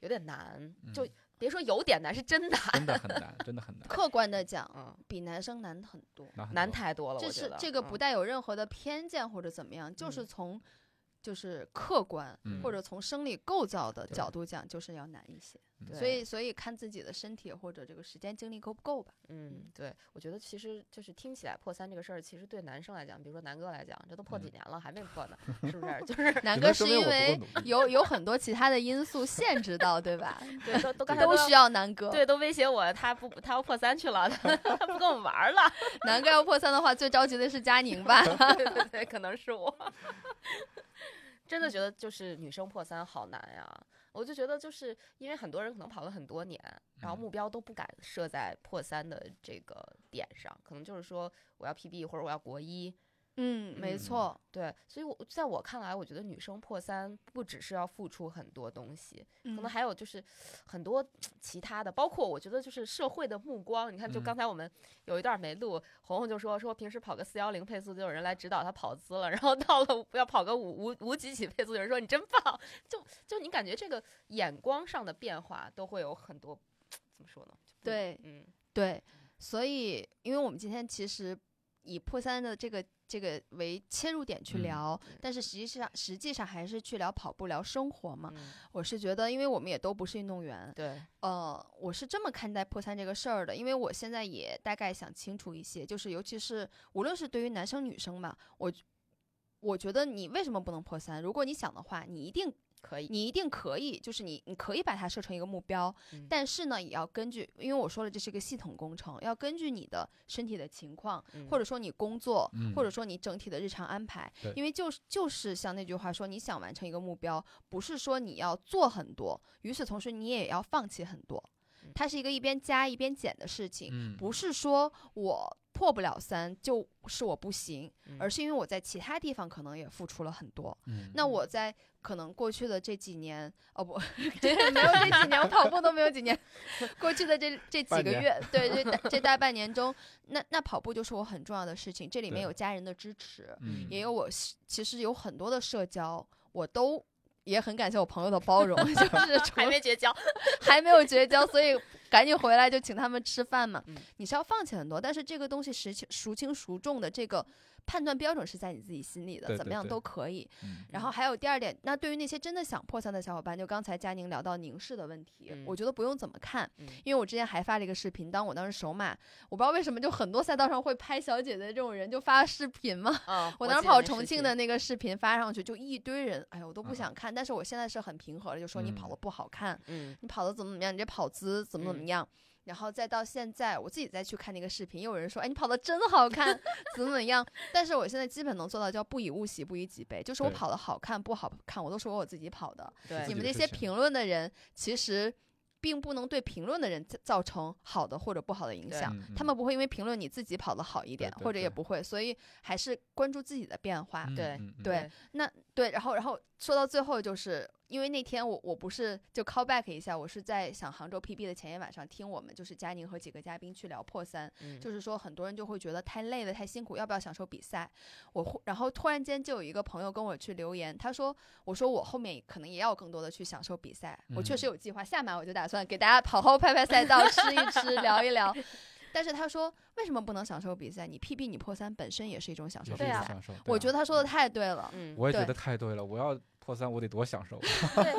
S3: 有点难，就
S1: 嗯
S3: 别说有点难，是真难，
S1: 真的很难，真的很难，
S4: 客观的讲，
S3: 嗯，
S4: 比男生难很多。
S1: 拿很
S3: 难
S1: 多
S3: 太多了。
S4: 这
S3: 我觉
S4: 是
S3: 得
S4: 这个不
S3: 嗯
S4: 带有任何的偏见或者怎么样，就是
S3: 嗯
S4: 从就是客观
S1: 嗯
S4: 或者从生理构造的
S1: 对
S4: 角度讲，就是要难一些。
S1: 嗯
S4: 所
S3: 对
S4: 以所以看自己的身体或者这个时间精力够 不够吧。
S3: 嗯，对，我觉得其实就是听起来破三这个事儿，其实对男生来讲，比如说南哥来讲，这都破几
S1: 嗯
S3: 年了还没 破呢，是不是？就是
S4: 南
S1: 只
S4: 哥
S1: 能
S4: 是
S1: 说明
S4: 因
S1: 我不
S4: 为
S1: 够努力
S4: 有有很多其他的因素限制到，对 吧？
S3: 对，都都刚才
S4: 都需
S3: 要。
S4: 要南哥。
S3: 对，都威胁我，他不，他要破三去 了，他他不跟我们玩儿了。
S4: 南哥要破三的话，最着急的是佳宁吧？
S3: 对对对，可能是我。 真的觉得就是女生破三好难呀！我就觉得就是因为很多人可能跑了很多年，然后
S1: 嗯
S3: 目标都不敢设在破三的这个点上，可能就是说我要 PB 或者我要国一。
S4: 嗯，没
S3: 嗯
S4: 错。
S3: 对，所以我在我看来，我觉得女生破三不只是要付出很多东西，
S4: 可
S3: 可能还有就是很多其他的，包括我觉得就是社会的目光。你看，就
S1: 嗯
S3: 刚才我们有一段没录，红红就说说平时跑个四幺零配速就有人来指导她跑姿了，然后到了要跑个五五五几几配速，有人说你真棒。就就你感觉这个眼光上的变化都会有很多，怎么说呢？就不，
S4: 对
S3: 嗯
S4: 对，所以因为我们今天其实以破三的这个这个为切入点去
S1: 嗯
S4: 聊，但是实际上实际上还是去聊跑步、聊生活嘛。
S3: 嗯，
S4: 我是觉得，因为我们也都不是运动员，
S3: 对，
S4: 呃，我是这么看待破三这个事儿的，因为我现在也大概想清楚一些，就是尤其是无论是对于男生女生吧，我我觉得你为什么不能破三？如果你想的话，你一定
S3: 可以，
S4: 你一定可以，就是你你可以把它设成一个目标，
S3: 嗯
S4: 但是呢，也要根据，因为我说了这是一个系统工程，要根据你的身体的情况，
S3: 嗯
S4: 或者说你工作，
S1: 嗯
S4: 或者说你整体的日常安排
S1: 对，
S4: 因为就是就是像那句话说，你想完成一个目标，不是说你要做很多，与此同时你也要放弃很多
S3: 嗯，
S4: 它是一个一边加一边减的事情，
S1: 嗯
S4: 不是说我破不了三就是我不行，
S3: 嗯
S4: 而是因为我在其他地方可能也付出了很多。
S1: 嗯
S4: 那我在可能过去的这几年，哦不，没有这几年，我跑步都没有几年。过去的这这几
S5: 半
S4: 个
S5: 年
S4: 月，对这大这大半年中，那那跑步就是我很重要的事情。这里面
S1: 对
S4: 有家人的支持，
S1: 嗯
S4: 也有我是其实有很多的社交，我都也很感谢我朋友的包容， 就是除
S3: 还没绝 交，
S4: 还没有绝交，所以赶紧回来就请他们吃饭嘛。
S3: 嗯
S4: 你是要放弃很多，但是这个东西实情孰轻孰重的这个判断标准是在你自己心里的，
S1: 对
S4: 怎
S1: 对
S4: 么样
S1: 对
S4: 都可以。
S1: 嗯
S4: 然后还有第二点，那对于那些真的想破相的小伙伴，就刚才佳宁聊到凝视的问题，
S3: 嗯
S4: 我觉得不用怎么看，
S3: 嗯
S4: 因为我之前还发了一个视频，当我当时首马，我不知道为什么就很多赛道上会拍小姐姐这种人就发视频嘛，
S3: 嗯，
S4: 我当时
S3: 记得
S4: 跑
S3: 那
S4: 重
S3: 视
S4: 庆
S3: 频
S4: 的那个视频发上去，就一堆人，哎呀，我都不
S1: 啊
S4: 想看。但是我现在是很平和的，就说你跑
S1: 嗯
S4: 的不好看，
S3: 嗯
S4: 你跑的怎么怎么样，你这跑姿怎么怎么样。然后再到现在，我自己再去看那个视频，又有人说，哎，你跑的真 好看，怎么怎么样。但是我现在基本能做到叫不以物喜，不以己悲，就是我
S1: 对
S4: 跑的好看不好看，我都说我自己跑的。
S3: 对
S1: 自
S4: 你
S1: 己
S4: 们
S1: 的
S4: 这
S1: 事
S4: 些
S1: 情
S4: 评论的人，其实并不能对评论的人造造成好的或者不好的影
S3: 对
S4: 响。
S1: 嗯
S4: 他
S1: 嗯
S4: 们不会因为评论你自己跑得好一点，
S1: 对
S4: 或者也
S1: 对
S4: 不会，所以还是关注自己的变化。
S1: 嗯
S3: 对
S1: 嗯嗯
S4: 对
S3: 对，
S4: 那对，然后然后说到最后，就是因为那天我我不是就 call back 一下，我是在想杭州 PB 的前一晚上听我们就是佳宁和几个嘉宾去聊破三，
S3: 嗯
S4: 就是说很多人就会觉得太累了，太辛苦，要不要享受比赛？我忽然后突然间就有一个朋友跟我去留言，他说：“我说我后面可能也要更多的去享受比赛，我确实
S1: 嗯
S4: 有计划，下马我就打算给大家跑后拍拍赛道，吃一吃，聊一聊。”但是他说：“为什么不能享受比赛？你 PB 你破三本身也是一种享受
S1: 也
S4: 比
S1: 是
S3: 对啊
S1: 一种
S4: 赛。
S1: 享受。对
S4: 我
S1: 啊
S4: 觉得他说的太对了。
S3: 嗯，
S1: 我也觉
S4: 对
S1: 得太对了，我要破三，我得多享受。
S3: 对，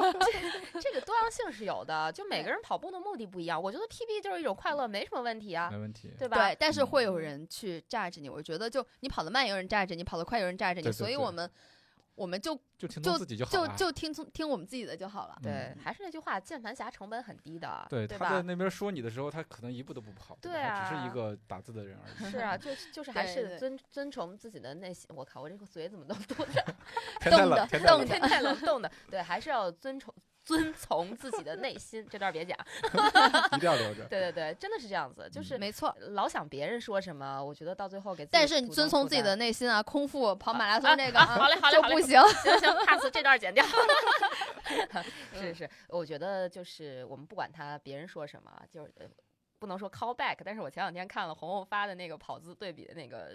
S3: 这这个多样性是有的，就每
S4: 对
S3: 个人跑步的目的不一样。我觉得 PB 就是一种快乐，没什么问题啊
S1: 没，问题。
S3: 对吧
S4: 对？，但是会有
S3: 嗯
S4: 人去榨着你。我觉得就你跑得慢有人榨着你，跑得快有人榨着你，
S1: 对对
S4: 所以
S1: 对
S4: 我们我们就
S1: 就听
S4: 就
S1: 从自己就好
S4: 就
S1: 了。
S4: 就听从听我们自己的就好了。
S3: 对
S1: 嗯，
S3: 还是那句话，键盘侠成本很低的，
S1: 对，
S3: 对
S1: 他在
S3: 吧？
S1: 那边说你的时候，他可能一步都不跑，
S3: 对
S1: 吧他只是一
S3: 啊
S1: 个打字的人而 已。
S3: 是啊，就就是还
S4: 对
S3: 是
S4: 对
S3: 遵遵从自己的内心。我靠，我这个嘴怎么那么多的？
S1: 天太
S4: 动
S1: 冷
S4: 的，
S1: 天太冷
S4: 动的
S3: 天 太冷冻的，对，还是要遵从遵从自己的内心。这段别讲，
S1: 一定要留着。
S3: 对对对，真的是这样子，就是
S1: 嗯
S4: 没错。
S3: 老想别人说什么，我觉得到最后给自己
S4: 但是你
S3: 徒
S4: 遵
S3: 增
S4: 从
S3: 负
S4: 自己的
S3: 担
S4: 内心啊，空腹跑马拉
S3: 啊
S4: 松这个
S3: 啊好嘞好嘞
S4: 就
S3: 好嘞
S4: 不行。
S3: 行行，pass 这段剪掉。
S4: 嗯
S3: 是是，我觉得就是我们不管他别人说什么，就是呃不能说 call back。但是我前两天看了红红发的那个跑姿对比的那个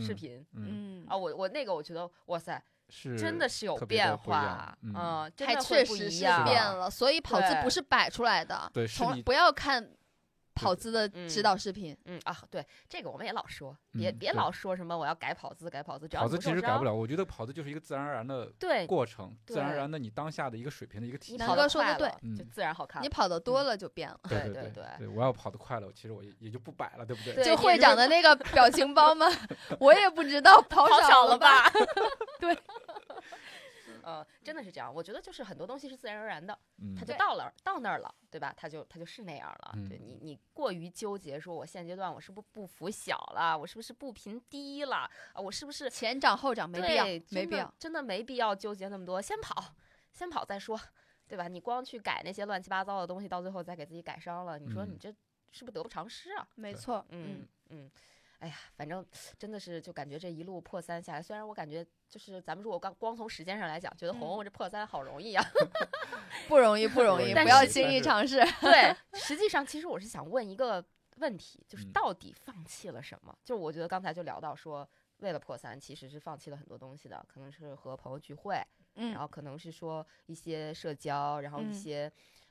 S3: 视
S1: 嗯
S3: 频、
S1: 嗯，
S4: 嗯
S3: 啊，，我我那个我觉得哇塞，
S1: 是
S3: 真的是有
S1: 特别
S3: 变
S1: 的不一样
S3: 化，
S1: 嗯
S3: 真
S4: 还
S3: 的
S4: 确
S3: 会不
S4: 实
S3: 一
S4: 是
S3: 样，
S4: 变了，所以跑姿
S3: 对
S4: 不是摆出来的。
S1: 对是
S4: 从
S1: 你
S4: 不要看跑
S1: 对
S4: 姿的
S3: 嗯
S4: 指导视频。
S3: 嗯啊，对，这个我们也老说，别、
S1: 嗯
S3: 别
S1: 对
S3: 老说什么我要改跑姿改跑姿，只要
S1: 跑
S3: 你
S1: 姿
S3: 不
S1: 其
S3: 受
S1: 实改不
S3: 伤，
S1: 了，我觉得跑姿就是一个自然而然的
S3: 对，
S1: 过程，自然而
S3: 对
S1: 然的你当下的一个水平的一个体现
S3: 你
S4: 南
S3: 跑。
S4: 哥
S3: 得
S4: 说得
S3: 快
S4: 对
S3: 了就
S1: 嗯
S3: 自然好看
S4: 你
S3: 了。
S4: 跑得多了就变了，
S1: 对
S3: 对
S1: 对
S3: 对对
S1: 对，我要跑得快了，我其实我也也就不摆了，对不对？
S3: 对
S4: 就
S3: 你
S4: 会
S3: 如
S4: 长
S3: 果
S4: 的那个表情包吗？ 我也不知道，跑
S3: 跑
S4: 少
S3: 少了
S4: 吧。
S3: 吧？
S4: 对，
S3: 呃，真的是这样。我觉得就是很多东西是自然而然的，
S1: 嗯
S3: 它就
S4: 对
S3: 到了到那儿了，对吧？它就它就是那样了。对
S1: 嗯
S3: 你你过于纠结，说我现阶段我是不是不服小了？我是不是步频低了？啊，我是不是
S4: 前涨后 涨没必要
S3: 对，
S4: 没
S3: 真
S4: 必
S3: 的
S4: 要。
S3: 真的没必要纠结那么多，先跑，先跑再说，对吧？你光去改那些乱七八糟的东西，到最后再给自己改伤了，你说你
S1: 嗯
S3: 这是不是得不偿失啊？
S4: 没
S1: 对
S4: 错，
S3: 嗯，嗯，哎呀，反正真的是就感觉这一路破三下来，虽然我感觉就是咱们如果刚光从时间上来讲，觉得红
S4: 嗯
S3: 红这破三好容易啊，
S4: 不容易，不容
S1: 容易
S4: 易，不
S3: 但
S4: 要
S1: 是
S4: 轻
S1: 但
S4: 易
S1: 是
S4: 尝试。
S3: 对，实际上其实我是想问一个问题，就是
S1: 嗯
S3: 到底放弃了什么？就是我觉得刚才就聊到说。为了破三，其实是放弃了很多东西的，可能是和朋友聚会，
S4: 嗯
S3: 然后可能是说一些社交，然后
S4: 嗯
S3: 一些，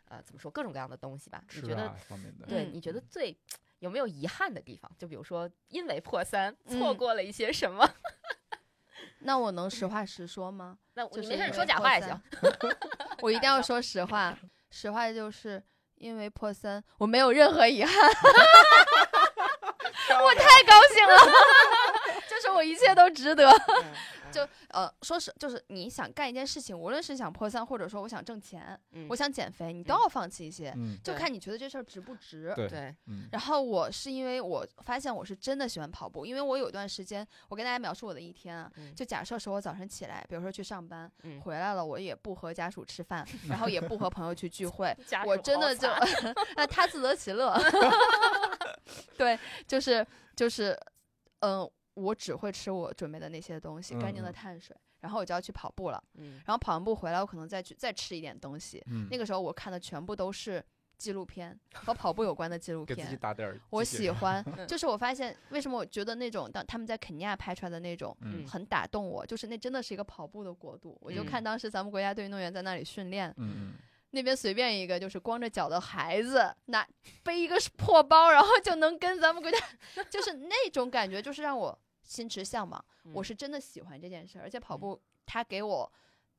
S3: 呃，怎么说各种各样的东西吧。你
S1: 吃
S3: 觉得
S1: 啊方面的，
S3: 对，
S4: 嗯
S3: 你觉得最有没有遗憾的地方？就比如说，因为破三错
S4: 嗯
S3: 过了一些什么？
S4: 那我能实话实说吗？
S3: 那我
S4: 就
S3: 你
S4: 是
S3: 没事，
S4: 因
S3: 你
S4: 为
S3: 说假
S4: 破
S3: 话也
S4: 三
S3: 行。。
S4: 我一定要说实话，实话就是因为破三，我没有任何遗憾。 我太高兴了， 就是我一切都值得。就呃，说是就是你想干一件事情，无论是想破三，或者说我想挣钱，
S3: 嗯
S4: 我想减肥，你都
S3: 嗯
S4: 要放弃一些，
S1: 嗯，
S4: 就
S3: 对
S4: 看你觉得这事儿值不值。
S1: 对，
S3: 对，
S1: 嗯，
S4: 然后我是因为我发现我是真的喜欢跑步，因为我有段时间，我跟大家描述我的一天啊，
S3: 嗯
S4: 就假设说我早晨起来，比如说去上班，
S3: 嗯
S4: 回来了我也不和家属 吃饭，然后也不和朋友去聚会，
S3: 家
S4: 我
S3: 属
S4: 真
S3: 好
S4: 的就
S3: 惨
S4: 那他自得 其乐，对，就是就是，嗯、我只会吃我准备的那些东西，干净
S1: 嗯
S4: 的
S1: 嗯
S4: 碳水，然后我就要去跑步了，
S3: 嗯
S4: 然后跑完步回来，我可能再去再吃一点东西，
S1: 嗯
S4: 那个时候我看的全部都是纪录片和跑步有关的纪录
S5: 给自己
S4: 片。
S5: 打点儿。
S4: 我
S5: 记
S4: 喜
S5: 点
S4: 欢，
S3: 嗯
S4: 就是我发现为什么我觉得那种当他们在肯尼亚拍出来的那种
S1: 嗯
S4: 很打动我，就是那真的是一个跑步的国度。我就看当时咱们国家队运动员在那里训练，
S1: 嗯
S4: 那边随便一个就是光着脚的孩子，那背一个破包，然后就能跟咱们国家， 就是那种感觉，就是让我心驰向往。我是真的喜欢这件事儿，而且跑
S3: 嗯
S4: 步它给我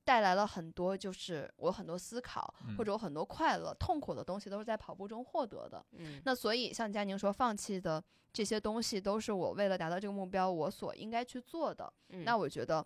S4: 带来了很多，就是我很多思考
S1: 嗯
S4: 或者我很多快乐、痛苦的东西都是在跑步中获得的。
S3: 嗯
S4: 那所以像佳宁说，放弃的这些东西都是我为了达到这个目标，我所应该去做的。
S3: 嗯
S4: 那我觉得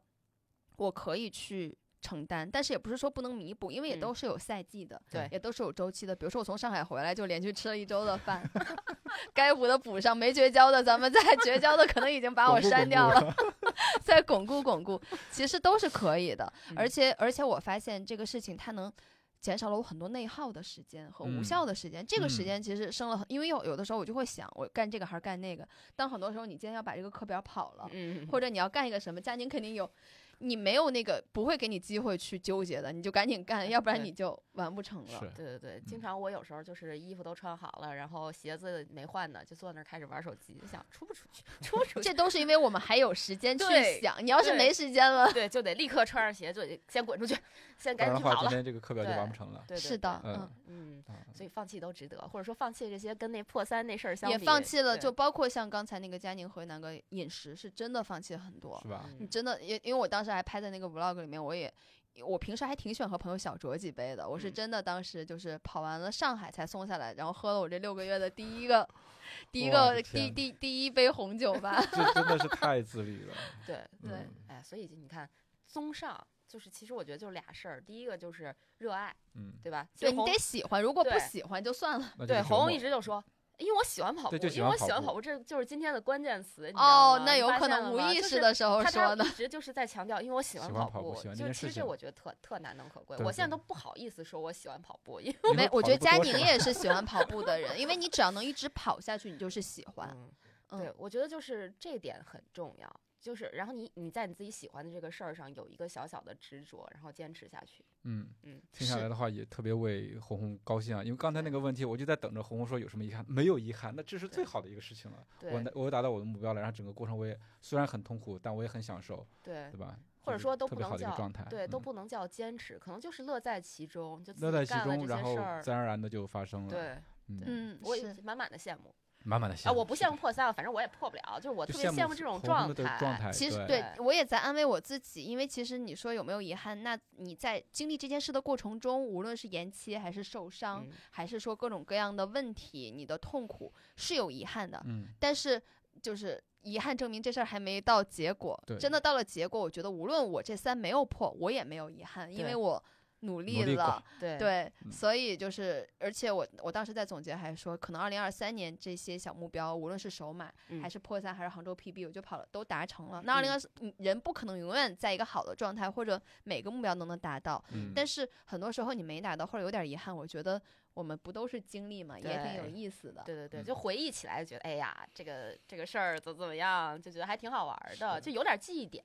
S4: 我可以去承担，但是也不是说不能弥补，因为也
S3: 嗯
S4: 都是有赛季的，
S3: 对
S4: 也都是有周期的。比如说我从上海回来就连续吃了一周的饭， 该补的补上，没绝交的 咱们再绝交的可能已经把我
S5: 巩固
S4: 删
S5: 巩
S4: 掉
S5: 固。
S4: 了， 再巩固巩固，其实都是可以的。
S3: 嗯
S4: 而且而且我发现这个事情它能。减少了我很多内耗的时间和无
S1: 嗯
S4: 效的时间，这个
S1: 嗯
S4: 时间其实生了很，因为有有的时候我就会想，我干这个还是干那个。当很多时候你今天要把这个课表跑了，
S3: 嗯
S4: 或者你要干一个什么，家庭肯定有，你没有那个不会给你机会去纠结的，你就赶紧干，要不然
S3: 对
S4: 你就完不成
S1: 嗯，
S4: 了。
S1: 是，
S3: 对对对，
S1: 嗯
S3: 经常我有时候就是衣服都穿好了，然后鞋子没换呢，就坐那儿开始玩手机，就想出不出去，出不出去，
S4: 这都是因为我们还有时间去
S3: 对
S4: 想，你要是
S3: 对
S4: 没时间了，
S3: 对，就得立刻穿上鞋，就得先滚出去，先
S1: 不
S3: 赶
S1: 然的
S3: 紧去
S1: 话，
S3: 跑
S1: 今
S3: 了。
S1: 天这个课表就
S3: 对
S1: 完不成了。
S3: 对，对
S4: 是的，，
S1: 嗯
S4: 嗯，
S3: 对嗯，
S1: 啊
S3: 所以放弃都值得，或者说放弃这些跟那破三那事儿相比，
S4: 也放弃了，
S3: 对
S4: 就包括像刚才那个佳宁和南哥饮食，是真的放弃了很多
S1: 是，吧？
S4: 你
S3: 嗯
S4: 真的也因为我当时还拍在那个 vlog 里面，我也。我平时还挺喜欢和朋友小酌几杯的，我是
S3: 嗯
S4: 真的当时就是跑完了上海才松下来，然后喝了我这六个月的第一个，第一
S1: 我的
S4: 个第
S1: 天
S4: 第第一杯红酒吧
S5: 这真的是太自律了。
S3: 对，
S4: 对
S1: 嗯
S3: 哎，所以就你看，综上就是其实我觉得就是俩事儿，第一个就是热爱，
S1: 嗯，
S3: 对吧？
S4: 对
S3: 就
S4: 你
S3: 红
S4: 得喜欢，如果不
S3: 对
S4: 喜欢就算了。
S1: 那就
S3: 对
S1: 是周
S3: 红
S1: 末
S3: 一直就说。因为我喜欢跑步，
S1: 对
S3: 因
S1: 就喜欢
S3: 为我
S1: 跑
S3: 喜欢
S1: 步
S3: 跑步，这就是今天的关键词。你知道
S4: 哦，
S3: 吗
S4: 那
S3: 你
S4: 有
S3: 发
S4: 可
S3: 现了
S4: 能无
S3: 吗
S4: 意
S3: 就
S4: 识
S3: 是
S4: 的时候
S3: 他
S4: 说
S3: 他
S4: 的
S3: 一。直就是在强调，因为我喜欢
S1: 喜欢
S3: 跑
S1: 跑步喜欢这
S3: 就
S1: 件
S3: 其
S1: 事
S3: 实
S1: 情
S3: 我觉得特特难能可贵。
S1: 对
S3: 我
S1: 对
S3: 现在
S1: 对
S3: 都不好意思说我喜欢跑步，因为
S1: 以后
S4: 没，我
S1: 跑
S4: 觉得
S1: 步多
S4: 佳
S1: 是
S4: 宁
S1: 吧
S4: 也是喜欢跑步的人，因为你只要能一直跑下去，你就是喜欢。
S3: 嗯
S4: 嗯
S3: 对，我觉得就是这点很重要。就是，然后你你在你自己喜欢的这个事儿上有一个小小的执着，然后坚持下去。
S1: 嗯
S3: 嗯，
S1: 听下
S4: 是
S1: 来的话也特别为红红高兴啊，因为刚才那个问题，我就在等着红红说有什么遗憾，没有遗憾，那这是最
S3: 对
S1: 好的一个事情了。
S3: 对
S1: 我达我又达到我的目标了，然后整个过程我也虽然很痛苦，但我也很享受，
S3: 对
S1: 对，吧？就
S3: 或者
S1: 是
S3: 说都
S1: 特
S3: 不
S1: 别好
S3: 能
S1: 的一个
S3: 叫
S1: 状态，
S3: 对，都
S1: 嗯
S3: 不能叫坚持，可能就是乐在其中，就自
S1: 乐在
S3: 己
S1: 其
S3: 干了
S1: 中，
S3: 这
S1: 然
S3: 些
S1: 后
S3: 事儿
S1: 自。然而然的就发生了。，
S3: 对，
S1: 嗯，
S4: 嗯，
S3: 我也
S4: 是。
S3: 满满的羡慕
S1: 满满的羡
S3: 啊！
S1: 慕。
S3: 我不
S1: 是
S3: 羡
S1: 的
S3: 慕，破三了，反正我也破不了，就是 我
S1: 就
S3: 特别羡
S1: 羡
S3: 慕这
S1: 红
S3: 种
S1: 红
S3: 状
S1: 的状态。
S4: 其实
S1: 哎对，
S4: 对我也在安慰我自己，因为其实你说有没有遗憾，那你在经历这件事的过程中，无论是延期还是受伤，
S3: 嗯
S4: 还是说各种各样的问题，你的痛苦是有遗憾的。
S1: 嗯，
S4: 但是就是遗憾证明这事儿还没到结果
S1: 对，
S4: 真的到了结果，我觉得无论我这三没有破，我也没有遗憾，因
S3: 对
S4: 为我努
S1: 努力过
S4: 了。
S3: 对
S4: 对，
S1: 嗯
S4: 所以就是，而且我我当时在总结还说，可能二零二三年这些小目标，无论是首马、还
S3: 嗯
S4: 是破三还是杭州 PB，我就跑了都达成了。
S1: 嗯
S4: 那二零二人不可能永远在一个好的状态，或者每个目标都能达到，
S1: 嗯
S4: 但是很多时候你没达到或者有点遗憾，我觉得我们不都是经历嘛，也挺有
S3: 对
S4: 意思的。
S3: 对对对，
S1: 嗯
S3: 就回忆起来就觉得，哎呀，这个这个事儿怎么怎么样，就觉得还挺好玩儿的，就有点记忆点，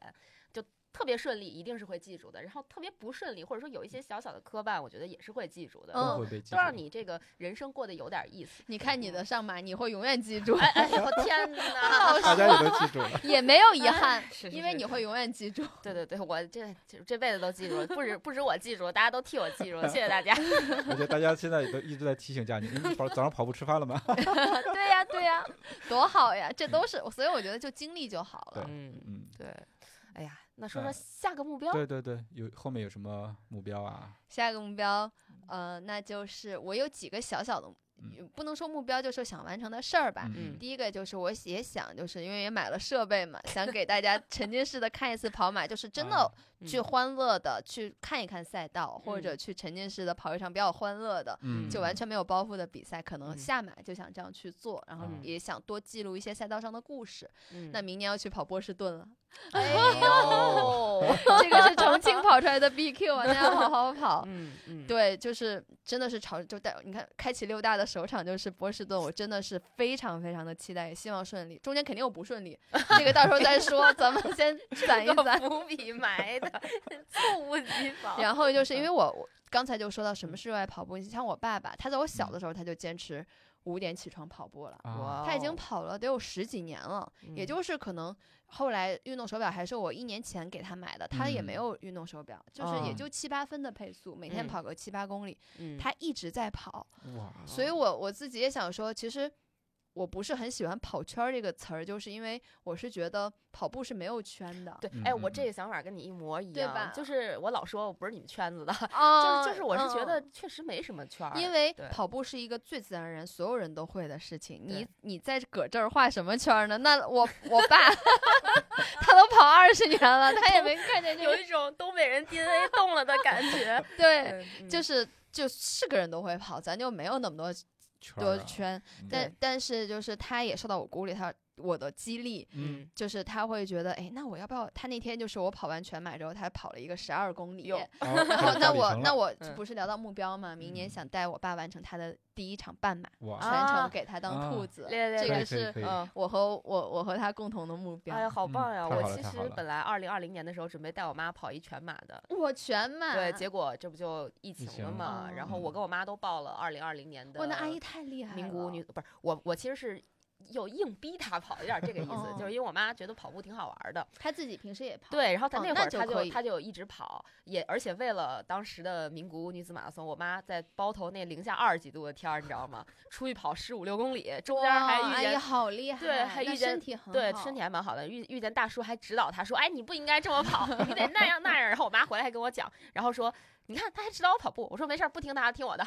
S3: 就特别顺利，一定是会记住的。然后特别不顺利，或者说有一些小小的磕绊，我觉得也是会记住的，
S4: 嗯
S1: 都会被记
S3: 都让
S1: 住
S3: 你这个人生过得有点意思。
S4: 你看你的上马，你会永远记住，
S3: 哎 哎呦，我天 哪！哎
S5: 大家也都记住了。
S4: 也没有遗憾，
S3: 是是
S4: 因为
S3: 是
S4: 你会永远 记住。
S3: 对对对，我这这这辈子都记住了，不止不止我记住，大家都替我记住了，谢谢大 家。
S1: 我觉得大家现在也都一直在提醒佳宁，你跑早上跑步吃饭了 吗？
S4: 对呀、对呀、 多好呀！这都是，所以我觉得就经历就好了。
S3: 嗯，
S1: 嗯，
S3: 对。哎呀，那说说
S1: 嗯
S3: 下个目标，
S1: 对对对，有后面有什么目标啊？
S4: 下一个目标，
S3: 嗯
S4: 呃，那就是我有几个小小的，
S1: 嗯
S4: 不能说目标，就是想完成的事儿吧。
S1: 嗯
S4: 第一个就是我也想，就是因为也买了设备嘛，想给大家沉浸式的看一次跑马，就是真的
S1: 啊
S4: 去
S3: 嗯
S4: 欢乐的去看一看赛道，或者
S3: 嗯
S4: 去沉浸式的跑一场比较欢乐的，
S1: 嗯，
S4: 就完全没有包袱的比赛，可能
S3: 嗯
S4: 下马就想这样去做，然后
S1: 嗯
S4: 也想多记录一些赛道上的故事。
S3: 嗯
S4: 那明年要去跑波士顿了，
S3: 哎
S1: 哦
S3: 呦，
S4: 这个是重庆跑出来的 BQ 啊，大家好好跑。
S3: 嗯嗯，
S4: 对，就是真的是朝就带你看开启六大的首场就是波士顿，我真的是非常非常的期待，也希 望顺利。中间肯定有不顺利，这个到时候再说，咱们先攒一攒。
S3: 伏笔埋的， 猝不及防。
S4: 然后就是因为我我刚才就说到什么是热爱跑步，你像我爸爸，他在我小的时候他就坚持五点起床跑步了。
S3: 哦
S1: 啊，
S4: 他已经跑了得有十几年了，
S3: 嗯
S4: 也就是可能后来运动手表还是我一年前给他买的，他也没
S1: 嗯
S4: 有运动手表，就是也
S1: 嗯
S4: 就七八分的配速，每天
S3: 哦嗯
S4: 跑个七八公里，
S3: 嗯哦
S4: 他一直在跑，
S5: 哇，
S4: 所以我我自己也想说，其实我不是很喜欢“跑圈”儿这个词儿，就是因为我是觉得跑步是没有圈的，
S3: 对
S1: 嗯，
S3: 哎，
S1: 嗯
S3: 我
S1: 嗯
S3: 这个想法跟你一模一
S4: 对
S3: 样，
S4: 吧
S3: 就是我老说我不是你们圈子的，
S4: 啊
S3: 就是就是我是觉
S4: 嗯
S3: 得确实没什么圈儿，
S4: 因为
S3: 对
S4: 跑步是一个最自然而然、所有人都会的事情。你
S3: 对
S4: 你在搁这儿画什么圈儿呢？那我我爸 他都跑二十年了，他也没看见这
S3: 有
S4: 个。
S3: 一种东北人 DNA 动了的感觉。
S4: 对，
S3: 对，嗯
S4: 就是就是个人都会跑，咱就没有那么多
S1: 圈
S4: 多
S1: 儿啊
S4: 圈。
S1: 嗯
S4: 但但是就是他也受到我鼓励，他我的激励。
S1: 嗯，
S4: 就是他会觉得，哎，那我要不要？他那天就是我跑完全马之后，他跑了一个十二公里，
S3: 哟
S5: 然
S1: 哦
S4: 然后 那我那我
S3: 嗯
S4: 不是聊到目标嘛，明年
S1: 嗯
S4: 想带我爸完成他的第一场半马，
S5: 哇，
S4: 全
S3: 啊
S4: 程给他当兔
S1: 啊
S4: 子，
S3: 对对
S4: 这个
S5: 可以可以
S4: 是
S5: 可以
S3: 嗯。
S4: 我和我我和他共同的目标。
S3: 哎呀，好棒呀！
S5: 太
S3: 我
S5: 好了
S3: 其
S5: 太
S3: 实
S5: 好了
S3: 本来二零二零年的时候准备带我妈跑一全马的，
S4: 我全满。
S3: 对，结果这不就疫
S5: 情
S3: 情了
S5: 了
S3: 嘛？然后
S1: 嗯
S3: 我跟我妈都报了二零二零年的。
S4: 我那阿姨太厉害了，
S3: 名古屋女不是我，我其实是又硬逼她跑，有点这个意思
S4: 哦，
S3: 就是因为我妈觉得跑步挺好玩的，
S4: 她自己平时也跑。
S3: 对，然后她
S4: 哦
S3: 那会
S4: 那
S3: 儿
S4: 就
S3: 她
S4: 可
S3: 就
S4: 以
S3: 她就一直跑，也而且为了当时的名古屋女子马拉松，我妈在包头那零下二十几度的天儿，你知道吗？出去跑十五六公里，中间
S4: 哇
S3: 还遇
S4: 阿姨
S3: 见。
S4: 好厉害，
S3: 对还
S4: 那
S3: 遇见
S4: 身体很好，
S3: 对，身体还蛮好的。遇遇见大叔还指导她说：“哎，你不应该这么跑，你得那样那样。”然后我妈回来还跟我讲，然后说：“你看，她还指导我跑步。”我说：“没事儿，不听她的，听我的。”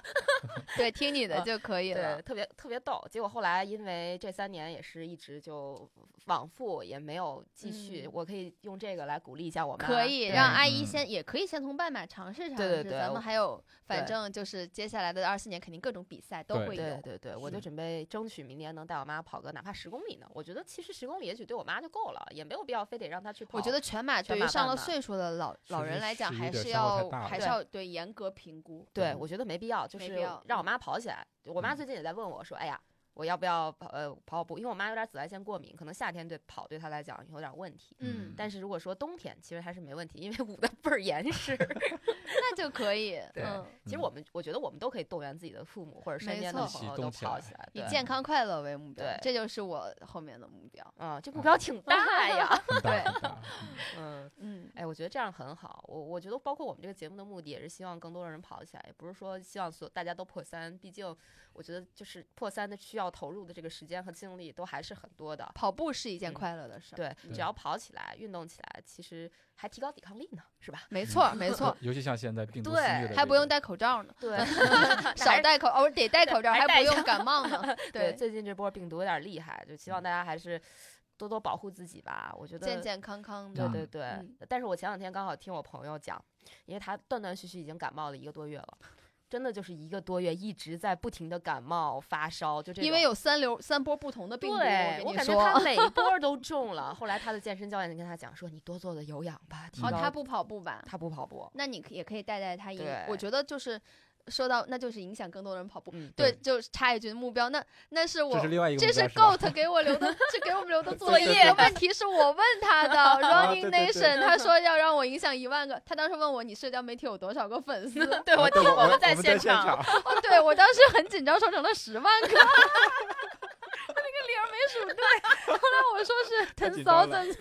S4: 对听你的
S3: 嗯
S4: 就可以了
S3: 对，。特别特别逗。结果后来因为这三年也是一直就往复，也没有继续。
S4: 嗯
S3: 我可以用这个来鼓励一下我妈。
S4: 可以
S3: 对
S4: 让阿姨
S1: 嗯
S4: 先，也可以先从半马尝试尝
S3: 对
S4: 试。
S3: 对
S4: 咱
S3: 我
S4: 们还有，反
S3: 对
S4: 正就是接下来的二四年，肯定各种比赛都
S1: 对
S4: 会
S3: 对
S4: 有。
S3: 对对，我就是准备争取明年能带我妈跑个哪怕十公里呢。我觉得其实十公里也许对我妈就够了，也没有必要非得让她去跑。
S4: 我觉得全马
S3: 全
S4: 对于
S3: 马
S4: 上
S3: 半
S4: 了
S3: 马
S4: 岁数的老老
S5: 确实
S4: 人来讲，
S5: 11
S4: 还
S5: 点
S4: 是
S5: 消耗太
S4: 要
S5: 大了
S4: 还是要对严格评估。
S3: 对，
S5: 嗯
S3: 我觉得没必要，就
S4: 没
S3: 是
S4: 必要嗯
S3: 让我妈跑起来。我妈最近也在问我说：“哎呀，我要不要跑呃跑跑步？”因为我妈有点紫外线过敏，可能夏天对跑对她来讲有点问题。
S4: 嗯
S3: 但是如果说冬天，其实还是没问题，因为捂得倍儿严实。
S4: 那就可以。
S3: 对
S4: 嗯，
S3: 其实
S1: 嗯
S3: 我们，我觉得我们都可以动员自己的父母或者身
S4: 没
S3: 边的朋
S4: 错
S5: 一起
S3: 友
S5: 动
S3: 都
S5: 起
S3: 跑
S5: 来
S3: 起来，
S4: 以
S3: 对
S4: 健康快乐为目标
S3: 对，
S4: 这就是我后面的目标。
S3: 啊，这目标挺 大呀，
S5: 很大
S4: 对
S5: 很大，嗯
S3: 嗯，
S4: 嗯，
S3: 哎，我觉得这样很好。我我觉得，包括我们这个节目的目的，也是希望更多人跑起来，也不是说希望所大家都破三。毕竟，我觉得就是破三的需要投入的这个时间和精力都还是很多的。
S4: 跑步是一件
S3: 嗯
S4: 快乐的事儿。
S3: 对，
S1: 对
S3: 只要跑起来、运动起来，其实还提高抵抗力呢，是吧？
S4: 没错儿，没 错儿，
S1: 尤其像现在病毒肆
S3: 对
S1: 虐的，
S4: 还不用，戴口罩 呢，
S3: 对，
S4: 少戴口，偶尔得戴口罩，
S3: 还
S4: 还
S3: 戴
S4: 不用
S3: 上
S4: 感冒呢。
S3: 对，
S4: 对，
S3: 最近这波病毒有点厉害，就
S5: 嗯
S3: 希望大家还是多多保护自己吧。我觉得
S4: 健健康康
S3: 对
S4: 的。
S3: 对对，
S4: 嗯
S3: 但是我前两天刚好听我朋友讲，因为他断断续续已经感冒了一个多月了，真的就是一个多月一直在不停的感冒发烧，就这种。
S4: 因为有三流三波不同的病毒，
S3: 对，
S4: 我
S3: 我
S4: 跟你
S3: 感觉他
S4: 说。
S3: 每一波都中了。后来他的健身教练就跟他讲说：“你多做做有氧吧。”提
S4: 哦，
S3: 高
S4: 他不跑步吧？
S3: 他不跑 步，
S4: 那你可也可以带带他影
S3: 嗯对。
S4: 我觉得就是说到，那就是影响更多人跑步。
S3: 嗯，
S4: 对，就插一句目标，那那是我
S5: 这是另外一个
S4: 这
S5: 目
S4: 是
S5: 标吧
S4: Goat 给我留的，这给我们留 的作
S3: 作
S4: 业
S3: 业。
S4: 问题是我问他的 Running
S5: 啊对对对
S4: Nation，他说要让我影响一万个。他当时问我你社交媒体有多少个粉丝？
S3: 对， 我
S5: 啊
S3: 听
S5: 对我
S3: 们在
S5: 现
S3: 场，
S5: 场，
S4: 哦，对我当时很紧张，说成了十万个。 我那个零儿没数对，后来我说是
S5: 太
S4: ten
S5: 紧张了
S4: thousand，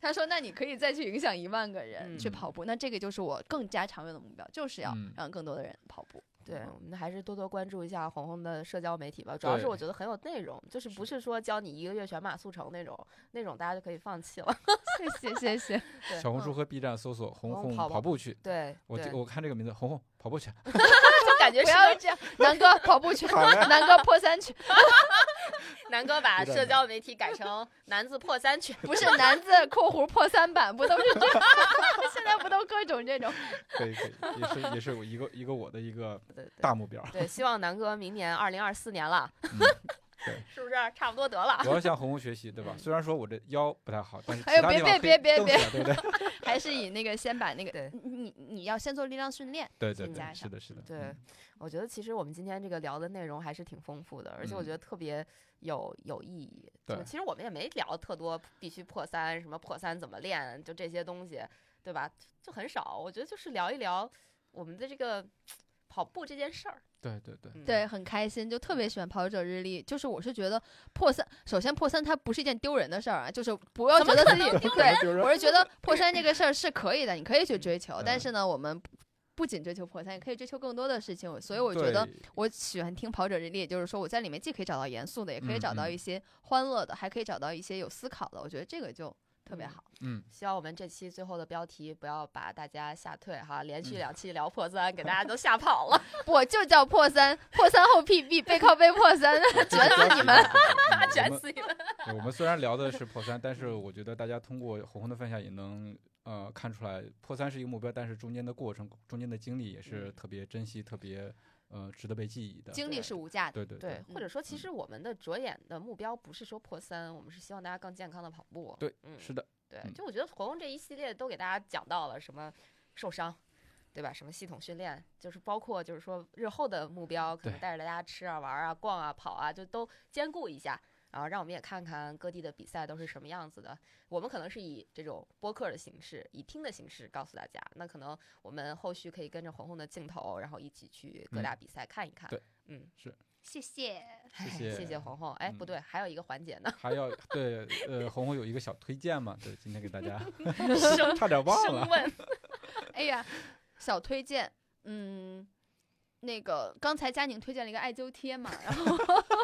S4: 他说那你可以再去影响一万个人
S3: 嗯
S4: 去跑步，那这个就是我更加长远的目标，就是要
S1: 嗯
S4: 让更多的人跑步。
S3: 对，我们还是多多关注一下红红的社交媒体吧。主要是
S1: 对
S3: 我觉得很有内容，就是不是说教你一个月全马速成那种，那种大家就可以放弃了。
S4: 谢谢谢谢，
S3: 对
S1: 小红
S4: 嗯
S1: 书和 B 站搜索“红
S3: 红
S1: 红
S3: 跑
S1: 跑
S3: 步
S1: 步去”，
S3: 对，
S1: 我
S3: 对
S1: 记我看这个名字，红红跑步去，
S3: 就感觉
S4: 不
S3: 是
S4: 要这样， 南哥跑步去，南哥破三去，
S3: 南哥把
S5: 有点
S3: 社
S5: 难
S3: 交媒体改成男字破三 群，
S4: 不是男字（括弧破三版），不都是这样？ 现在不都各种这种？
S5: 可以可以，也是也是我一个一个我的一个
S3: 对对
S5: 大目标，
S3: 对，希望南哥明年二零二四年了，
S1: 嗯
S3: 是不是？差不多得了。
S1: 我要向红红学习，对吧？
S3: 嗯
S1: 虽然说我这腰不太好，但是
S4: 哎呦
S1: 其他地方可以
S4: 别别别
S1: 动
S4: 别
S1: 起来对不对？
S4: 还是以那个先把那个
S3: 对
S4: 你你你要先做力量训练，
S1: 对对
S4: 先
S1: 对，
S4: 加
S1: 是
S4: 上
S1: 的，是的，
S3: 对
S1: 嗯，
S3: 我觉得其实我们今天这个聊的内容还是挺丰富的，而且我
S1: 嗯
S3: 觉得特别有有意义。就
S1: 对
S3: 其实我们也没聊特多，必须破三，什么破三怎么练，就这些东西，对吧？就很少。我觉得就是聊一聊我们的这个跑步这件事儿。
S1: 对对对，
S3: 嗯
S4: 对，，很开心，就特别喜欢跑者日历。就是我是觉得破三，首先破三它不是一件丢人的事儿啊，就是不要觉得自己对，
S1: 就是
S4: 我是觉得破三这个事儿是可以的，你可以去追求。但
S1: 嗯
S4: 是呢，我们不不仅追求破三，也可以追求更多的事情。所以我觉得
S1: 对
S4: 我喜欢听跑者日历，也就是说我在里面既可以找到严肃的，也可以
S1: 嗯
S4: 找到
S1: 嗯
S4: 一些欢乐的，还可以找到一些有思考的。我觉得这个就特别
S3: 嗯
S4: 好。
S1: 嗯，
S3: 希望我们这期最后的标题不要把大家吓退哈，连
S1: 嗯
S3: 续两期聊破三，给大家都吓跑 了。
S4: 我就叫破三，破三后 PB 背靠背破三，
S1: 卷死你们，嗯
S3: 卷
S1: 我们
S3: 死你们！
S1: 对我们虽然聊的是破三，但是我觉得大家通过红红的分享也能呃看出来，破三是一个目标，但是中间的过程、中间的经历也是
S3: 嗯
S1: 特别珍惜、特别呃值得被记忆的。
S4: 经历
S3: 对
S4: 是无价的。
S1: 对对
S3: 对，或者说，
S1: 嗯
S3: 其实我们的着眼的目标不是说破三，我们是希望大家更健康的跑步。
S1: 对，
S3: 嗯，
S1: 是的，
S3: 对，
S1: 嗯
S3: 就我觉得活动这一系列都给大家讲到了什么受伤，对吧？什么系统训练，就是包括就是说日后的目标，可能
S1: 对
S3: 带着大家吃啊、玩啊、逛啊、跑啊，就都兼顾一下。然后让我们也看看各地的比赛都是什么样子的。我们可能是以这种播客的形式，以听的形式告诉大家。那可能我们后续可以跟着红红的镜头，然后一起去各大比赛看一看。
S1: 嗯对
S3: 嗯，
S4: 谢 谢。
S1: 谢
S3: 哎
S1: 谢
S3: 谢谢红红。哎，不
S1: 嗯
S3: 对，还有一个环节呢，
S1: 还要对呃，红红有一个小推荐嘛？对，今天给大家差点忘
S3: 生
S1: 了。
S3: 问。
S4: 哎呀，小推荐，嗯，那个刚才佳宁推荐了一个艾灸贴嘛，然后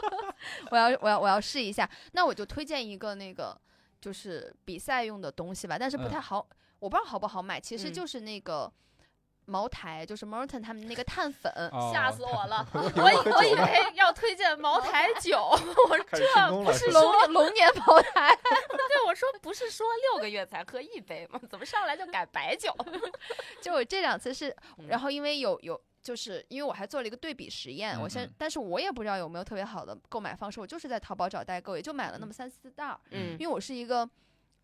S4: 我要我要我要试一下，那我就推荐一个那个就是比赛用的东西吧，但是不
S1: 嗯
S4: 太好，我不知道好不好买，其实
S3: 嗯
S4: 就是那个。茅台就是 Morton 他们那个碳粉，
S1: 哦
S3: 吓死我了！ 我
S1: 以为
S3: 以我以为要推荐茅台酒，我说
S5: 开始庆
S3: 这
S5: 功
S3: 不
S5: 了
S3: 是
S5: 是
S3: 说
S4: 龙龙年茅台，
S3: 对我说不是说六个月才喝一杯吗？怎么上来就改白酒？
S4: 就我这两次是
S3: 嗯，
S4: 然后因为有有。就是因为我还做了一个对比实验，
S1: 嗯
S4: 我先
S1: 嗯，
S4: 但是我也不知道有没有特别好的购买方式，我就是在淘宝找代购，也就买了那么三四袋儿，
S3: 嗯
S4: 因为我是一个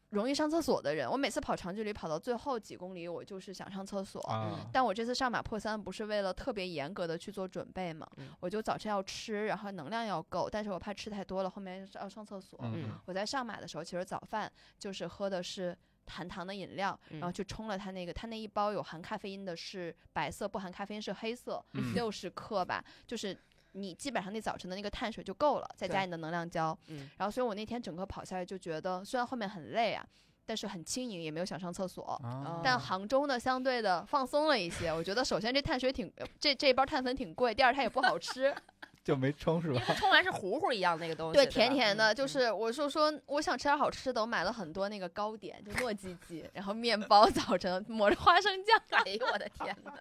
S4: 容易上厕所的人，我每次跑长距离跑到最后几公里，我就是想上厕所。
S1: 啊，
S4: 但我这次上马破三不是为了特别严格的去做准备嘛，
S3: 嗯
S4: 我就早晨要吃，然后能量要够，但是我怕吃太多了，后面要上厕所。
S1: 嗯
S4: 我在上马的时候，其实早饭就是喝的是含糖的饮料，然后
S3: 嗯
S4: 去冲了它那个，它那一包有含咖啡因的是白色，不含咖啡因是黑色，
S1: 嗯
S4: 六十、克吧，就是你基本上你早晨的那个碳水就够了，再加
S3: 对
S4: 你的能量胶。
S3: 嗯
S4: 然后所以我那天整个跑下来就觉得，虽然后面很累啊，但是很轻盈，也没有想上厕所。
S1: 啊，
S4: 但杭州呢，相对的放松了一些。我觉得首先这碳水挺，呃这这一包碳粉挺贵，第二它也不好吃，
S5: 就没冲是吧？
S3: 因为冲完是糊糊一样那个东西，
S4: 对，
S3: 吧
S4: 甜甜的。
S3: 嗯
S4: 就
S3: 嗯
S4: 是我说说我想吃点好吃的，我买了很多那个糕点，就糯叽叽，然后面包， 早晨抹着花生酱，
S3: 哎呦我的天哪！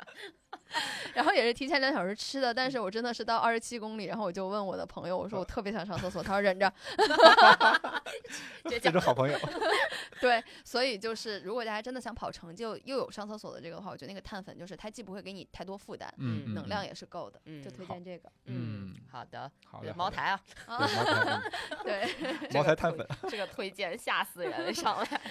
S4: 然后也是提前两小时吃的。但是我真的是到二十七公里，然后我就问我的朋友，我说我特别想上厕所，他说忍着，
S3: 这叫
S5: 这是好朋友，
S4: 对，所以就是，如果大家真的想跑成就，又有上厕所的这个的话，我觉得那个碳粉就是它既不会给你太多负担，
S1: 嗯，
S4: 能
S1: 嗯
S4: 量，也是够的，
S3: 嗯
S4: 就推
S1: 好
S4: 荐这个。
S1: 嗯
S3: 嗯，好的，
S1: 好嘞，
S3: 茅
S1: 好嘞，
S3: 台啊，
S1: 对茅台，
S4: 对，
S1: 嗯
S5: 茅台碳粉，
S3: 这个推荐吓死人，上来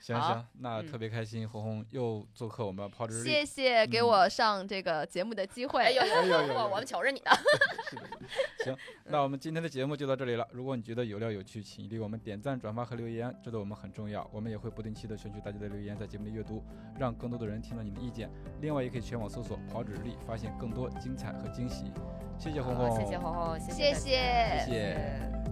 S1: 行
S3: 好
S1: 行，那
S3: 嗯
S1: 特别开心，红红又做客我们抛掷
S4: 谢谢给
S1: 嗯
S4: 我上这个节目的机会。
S3: 哎 呦
S5: 哎呦呦
S3: 我
S5: 呦
S3: 我们求着你的，
S1: 是的，行，那我们今天的节目就到这里了。如果你觉得有料有趣，请给我们点赞、转发和留言，这对我们很重要。我们也会不定期的选取大家的留言，在节目里阅读，让更多的人听到你的意见。另外，也可以全网搜索“跑者日历”，发现更多精彩和惊喜。谢谢红
S3: 好
S1: 红，
S3: 谢谢红红，
S4: 谢
S3: 谢
S4: 谢。
S1: 谢谢
S3: 谢